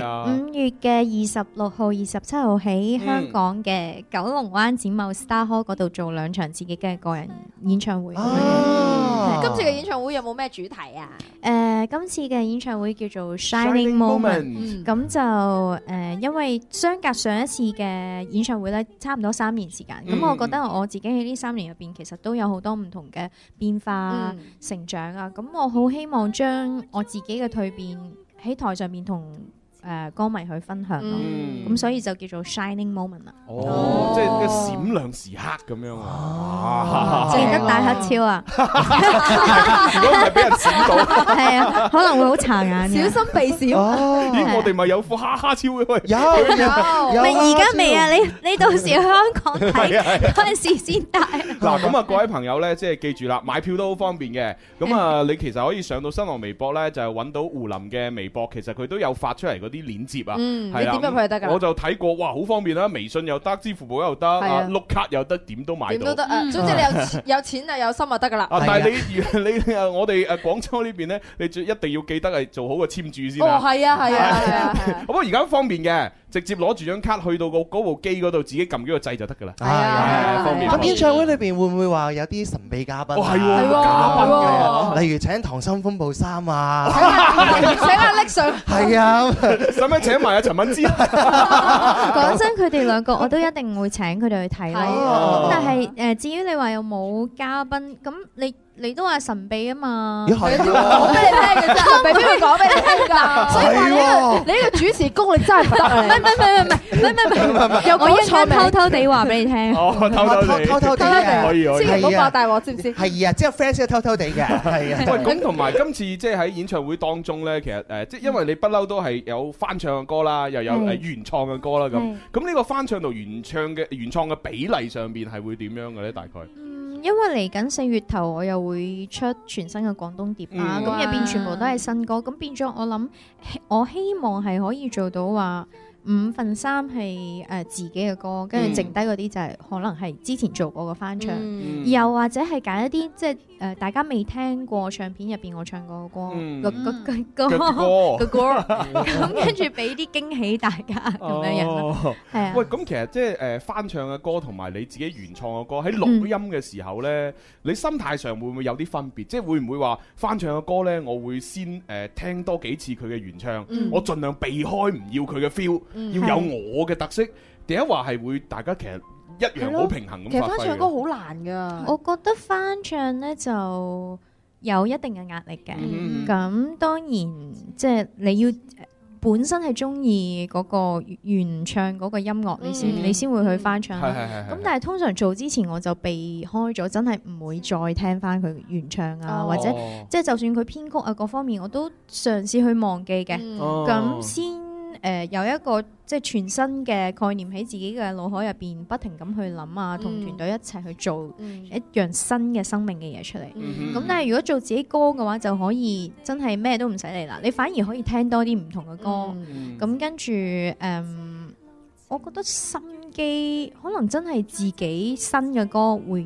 係嗯
啊，嗯
五月嘅二十六號、二十七號喺香港嘅九龍灣展貿 Star Hall 嗰度做兩場自己嘅個人演唱會。
今次嘅演唱會有冇咩主題啊？
誒、誒今次嘅演唱會叫做
Shining
Shining
Moment
Moment，咁就誒因為相隔上一次嘅演唱會咧，差唔多三年時間，咁
嗯
我覺得我自己喺呢三年入邊其實都有好多唔同嘅變化啊、
嗯
嗯
成長啊，咁我好希望將我自己嘅蛻變喺台上面同誒歌迷去分享咯，
嗯
咁所以就叫做 Shining Moment 啦，
哦，即係嘅閃亮時刻咁樣 啊！
記得戴黑超啊！
如果唔係俾人閃到，
係啊，可能會好殘眼嘅。
小啊心被閃嗯哦
咦，我哋咪有副哈哈超嘅喂，
有咪而家未啊？你你到時去香港
係啊係
睇
啊
嗰陣時先戴。
嗱，咁啊，各位朋友咧，即係記住啦，買票都好方便嘅。咁 啊，你其實可以上到新浪微博咧，就係揾到胡林嘅微博，其實佢都有發出嚟嗰啲鏈接啊。
嗯
係啦
你點入去就得㗎啦
我就睇過，哇，好方便啦！啊微信又得，支付寶又得，
係啊
啊碌卡又得，點都買
點都
到
得。啊！總之你有錢有錢啊，有心就得噶啦。
啊！但係你 如你啊，我哋誒廣州呢邊咧，你最一定要記得係做好個簽注先
哦
啊，。
係啊，係啊，係啊。
不過而家方便嘅，直接攞住張卡去到個嗰部機嗰度，自己撳咗個掣就得㗎啦。係啊方便。
咁演唱會裏邊會唔會話有啲神秘嘉賓啊？
哦係喎
嘉
係喎
哦
賓嘅例如請溏心風暴三啊，
請阿拎上。
係啊，
使唔使請埋阿陳敏之？啊
講真，佢哋兩個我都一定會請佢哋去睇
哦
啊
咯。咁但係誒，至於你話有冇嘉賓，咁你你都話神秘啊嘛。
咦係
講俾你聽嘅 啫，俾邊個講俾你聽㗎？ 所以話你呢個你呢個主持功力真係唔得啊！唔係唔係唔係唔係唔係唔係又
我一
講錯
陣
名
偷偷地話俾你聽。
哦，偷偷地，
偷偷地嘅
可以啊可以，
千祈唔好爆大鑊，知唔知？
係啊，即係 fans 都偷偷地嘅，係啊。
喂，咁同埋今次即係喺演唱會當中咧，其實誒，即係因為你不嬲都係有翻唱嘅歌啦，又有
係
誒原創嘅歌啦，咁
係
咁呢個翻唱同原唱嘅原創嘅比例上邊係會點樣嘅咧？大概
嗯因為嚟緊四月頭我又會出全新嘅廣東碟啦，
嗯
咁入邊全部都係新歌，咁變咗我諗， 希我希望係可以做到話五分三係誒自己嘅歌，跟
嗯
住剩低嗰啲就係可能係之前做過嘅翻唱，
嗯
又或者係揀一啲即係誒大家未聽過唱片入邊我唱過嘅歌，
嗯
個個 個
嘅歌
歌個歌，咁跟住俾啲驚喜大家咁樣樣咯，
哦
係啊
喂，咁其實即係誒翻唱嘅歌同埋你自己原創嘅歌喺錄音嘅時候咧，你心態上會唔會有啲分別？即係會唔會話翻唱嘅歌咧，我會先誒聽多幾次佢嘅原唱
嗯，
我盡量避開唔要佢嘅 feel，
嗯
要有
係
我嘅特色。第一話係會大家其實一樣好平衡
其
咁
實
發
翻
揮
唱
嘅
歌。好難㗎。
我覺得翻唱呢就有一定嘅壓力嘅，
嗯
咁、當然即係你要呃本身係中意嗰個原唱嗰個音樂，你先、
嗯
你先會去翻唱啦。
係係係係
咁但係通常做之前我就避開咗，真係唔會再聽翻佢原唱啊，
哦
或者即係就算佢編曲啊各方面，我都嘗試去忘記嘅，
嗯
咁、
哦
先。誒、有一個即係全新嘅概念喺自己嘅腦海入邊，不停咁去諗啊，同
嗯
團隊一齊去做
嗯
一樣新嘅生命嘅嘢出嚟。
嗯
咁、但係如果做自己歌嘅話，就可以真係咩都唔使理啦，你反而可以聽多啲唔同嘅歌。
嗯
咁、跟住誒、我覺得心機可能真係自己新嘅歌會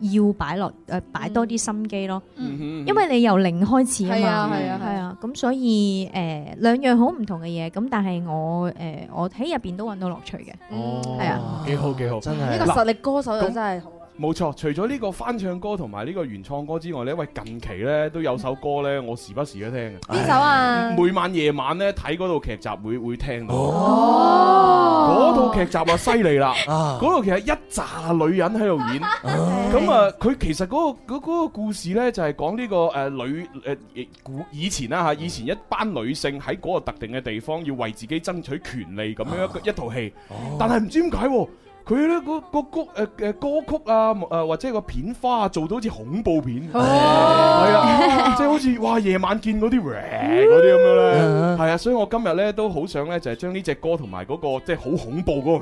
要擺落誒擺多啲心機咯。
嗯
因為你由零開始啊
係
嘛
啊，係啊係啊
係啊，咁所以誒兩樣好唔同嘅嘢，咁但係我誒我喺入邊都揾到樂趣嘅，
嗯
哦
係啊。
幾好幾好，真係
啊
呢個實力歌手就真係好。
冇錯，除咗呢個翻唱歌同埋呢個原創歌之外呢，喂近期呢都有首歌呢，我時不時都聽嘅。
邊首啊
唉每晚夜晚呢，睇嗰套劇集會會聽到。嗰
哦
套劇集啊犀利啦！嗰套劇係一紮女人喺度演，
哦
咁啊佢其實嗰個嗰嗰個故事呢，就係講呢個誒女誒古以前啊啦嚇，以前一班女性喺嗰個特定嘅地方要為自己爭取權利咁樣一個一套戲，但係唔知點解喎。佢咧嗰個歌誒誒歌曲啊誒或者個片花啊做到好似恐怖片，係啊，即係好似哇夜晚見嗰啲嗰啲咁樣咧，係啊，所以我今日咧都好想咧就係將呢只歌同埋嗰個即係好恐怖嗰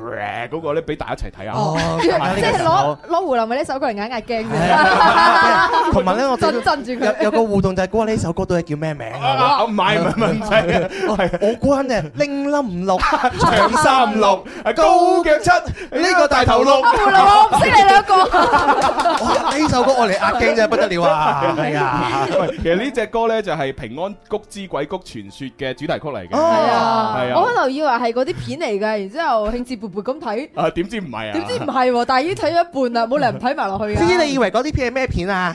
個嗰個咧俾大家一齊睇下。
哦
即係 攞攞胡林嘅呢首歌嚟眼壓驚嘅，
啊同埋咧，我
震震住佢
有有個互動就係估下呢首歌到底叫咩名
啊哦唔係唔 係唔
係，我估肯定係拎冧六
長三六高腳七，
呢個大頭
我
鹿。
冇啦，我唔識你兩個。
哇！呢首歌我嚟壓驚啫，不得了啊！係 啊，
喂其實呢只歌咧就係《平安谷之鬼谷傳說》嘅主題曲嚟嘅，
係啊，
係
我
啊
可，能以為係嗰啲片嚟嘅，然之後興致勃勃咁睇，
啊點知唔係啊？
點知唔係喎？但係已經睇咗一半啦，冇理由唔睇埋落去 啊！
知知你以為嗰啲片係咩片啊？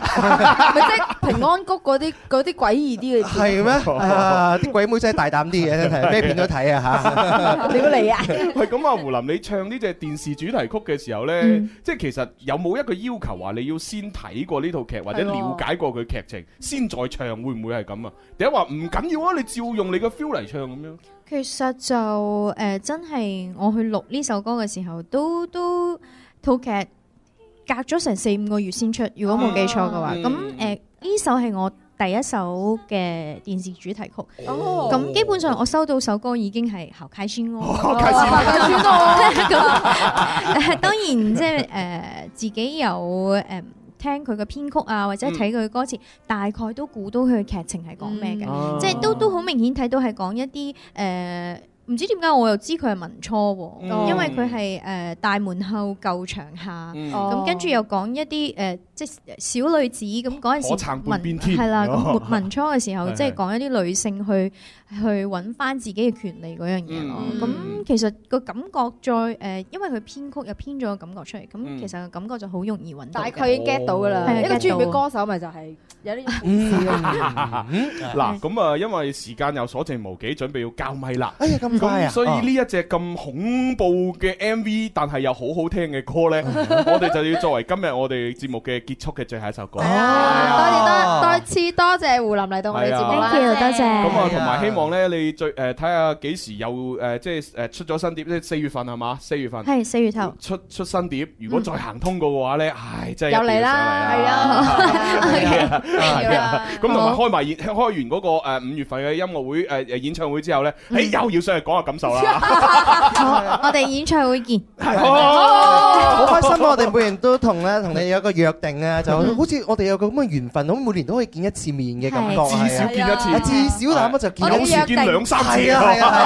平安谷嗰啲嗰啲詭異啲嘅片
係咩？啊！啲鬼妹真係大膽啲嘅，真係咩片都睇啊嚇！
屌你啊！
喂，咁啊，胡林，你唱呢只電視主題曲嘅時候咧，即係其實有冇一個要求話你要先睇過呢套劇或者
係喎
了解過佢劇情先再唱，會唔會係咁啊？定係話唔緊要啊，你照用你個 feel 嚟唱咁樣？
其實就誒、呃真係我去錄呢首歌嘅時候，都都套劇隔咗成四五個月先出，如果冇記錯嘅話，
啊
咁誒呢首係我第一首嘅電視主題曲。
哦
咁基本上我收到首歌已經係好開心哦，好
開心哦好開心
咁誒當然即係誒自己有誒。聽佢嘅編曲啊，或者睇佢嘅歌詞，大概都估到佢嘅劇情係講咩嘅，
嗯
即係都都好明顯睇到係講一啲誒。呃唔知點解我又知佢係文初喎，
嗯
因為佢係誒大門後舊牆下，
嗯
咁跟住又講一啲誒即係小女子咁嗰陣
可撐
時
半邊天
係啦，
哦
咁文初嘅時候
係
即
係
係講一啲女性去去揾翻自己嘅權利嗰樣
嗯
嘢咯。
啊
嗯
咁其實個感覺再誒，呃因為佢編曲又編咗個感覺出嚟，
嗯
咁其實個感覺就好容易揾到嘅。
大概已經 get 到㗎啦，
係
一個專業
get
嘅
到
歌手咪就係有呢種故事啊。
嗱，咁啊，因為時間又所剩無幾，準備要交咪啦。
哎呀，咁快啊！
所以呢一隻咁恐怖嘅 MV，但係又好好聽嘅歌呢，我哋就要作為今日我哋節目嘅結束嘅最後一首
哦
歌。
哎
多多次多謝胡林嚟到我哋節目啦
Thank you，多謝
咁啊，同埋希望呢，你最呃誒睇下幾時又誒，即係誒出咗新碟，即係四月份係嘛？四月份
係四月
啊
頭
出出新碟，如果再行通告嘅話呢，唉，真係
又
一定
嚟
要上
啦，係
係
啊
啊，係啊，咁同埋開埋演開完嗰個誒五月份嘅音樂會誒誒演唱會之後咧，誒又要上去講下感受啦。
啊
好，我哋演唱會見。
哦
哦
好開心啊！我哋每年都同咧同你有一個約定啊，就好似我哋有個咁嘅緣分，咁每年都可以見一次面嘅感覺啊，
係至少見一次
係啊至少諗就見一次，
有時見兩三次
係啊係啊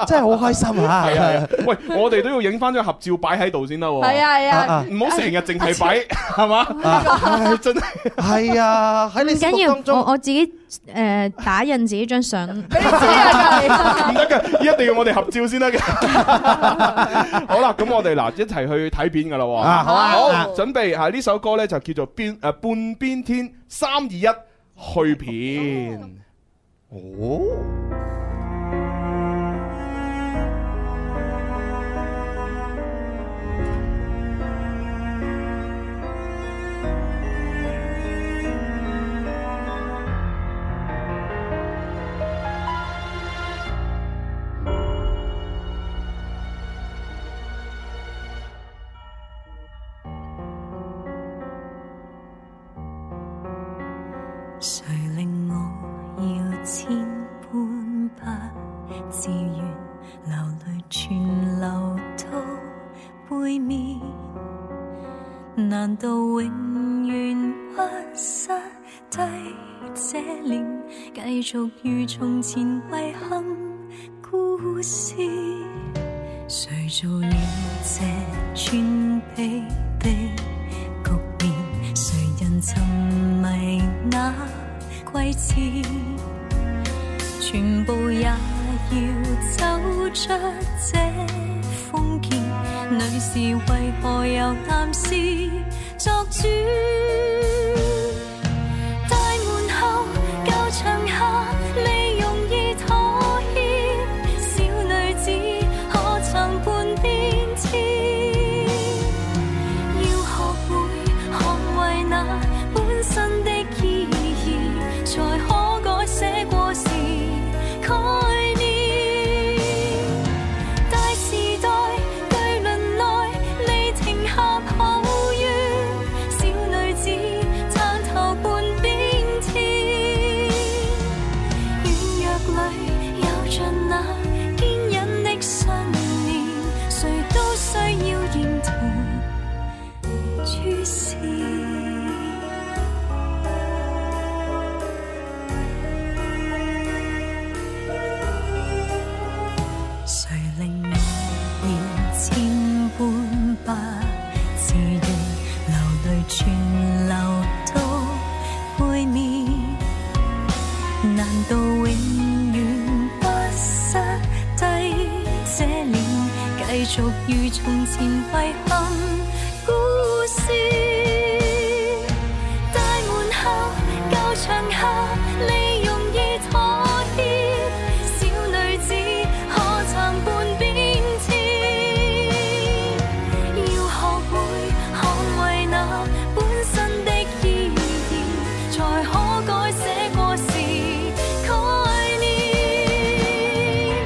係啊，真係好開心啊！
係啊，係啊喂，我哋都要影翻張合照擺喺度先得喎。
係啊係啊
唔好成日淨係擺，係嘛
啊？
真係
係啊，喺你
唔
心
緊
目當
要，
中
我我自己誒打印自己張相。
唔得噶，一定要我哋合照先得嘅。 好啦，咁我哋嗱一齊去睇片噶啦喎。
啊好啊
好
啊
準備嚇呢首歌咧就叫做邊誒半邊天三二一去片。
哦。
谁令我要千般不自愿，流泪全流到背面？难道永远屈膝低这脸，继续如从前遗憾故事？谁做了这串卑鄙？谁人沉迷那季節，全部也要走出這封建。女士為何由男士作主？大門後、舊牆下，未容易妥協。小女子可曾半邊天？要學會捍衛那本身的意義，才可改寫過時概念。大時代對論內未停下抱怨，小女子撐頭半邊天。軟弱裏有着那堅忍的信念，誰都需要認同。注視。誰令我要千般不繼續如從前遺憾故事。大門下，教場下，你容易妥協，小女子可站半邊天。要學會捍衛那本身的意義，才可改寫過時概念。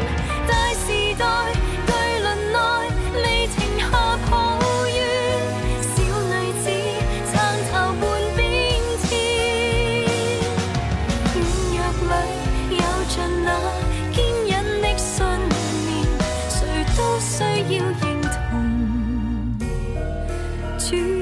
大時代巨輪內未停下抱怨，小女子撐頭半邊天。軟弱裏有盡那堅忍的信念，誰都需要認同。主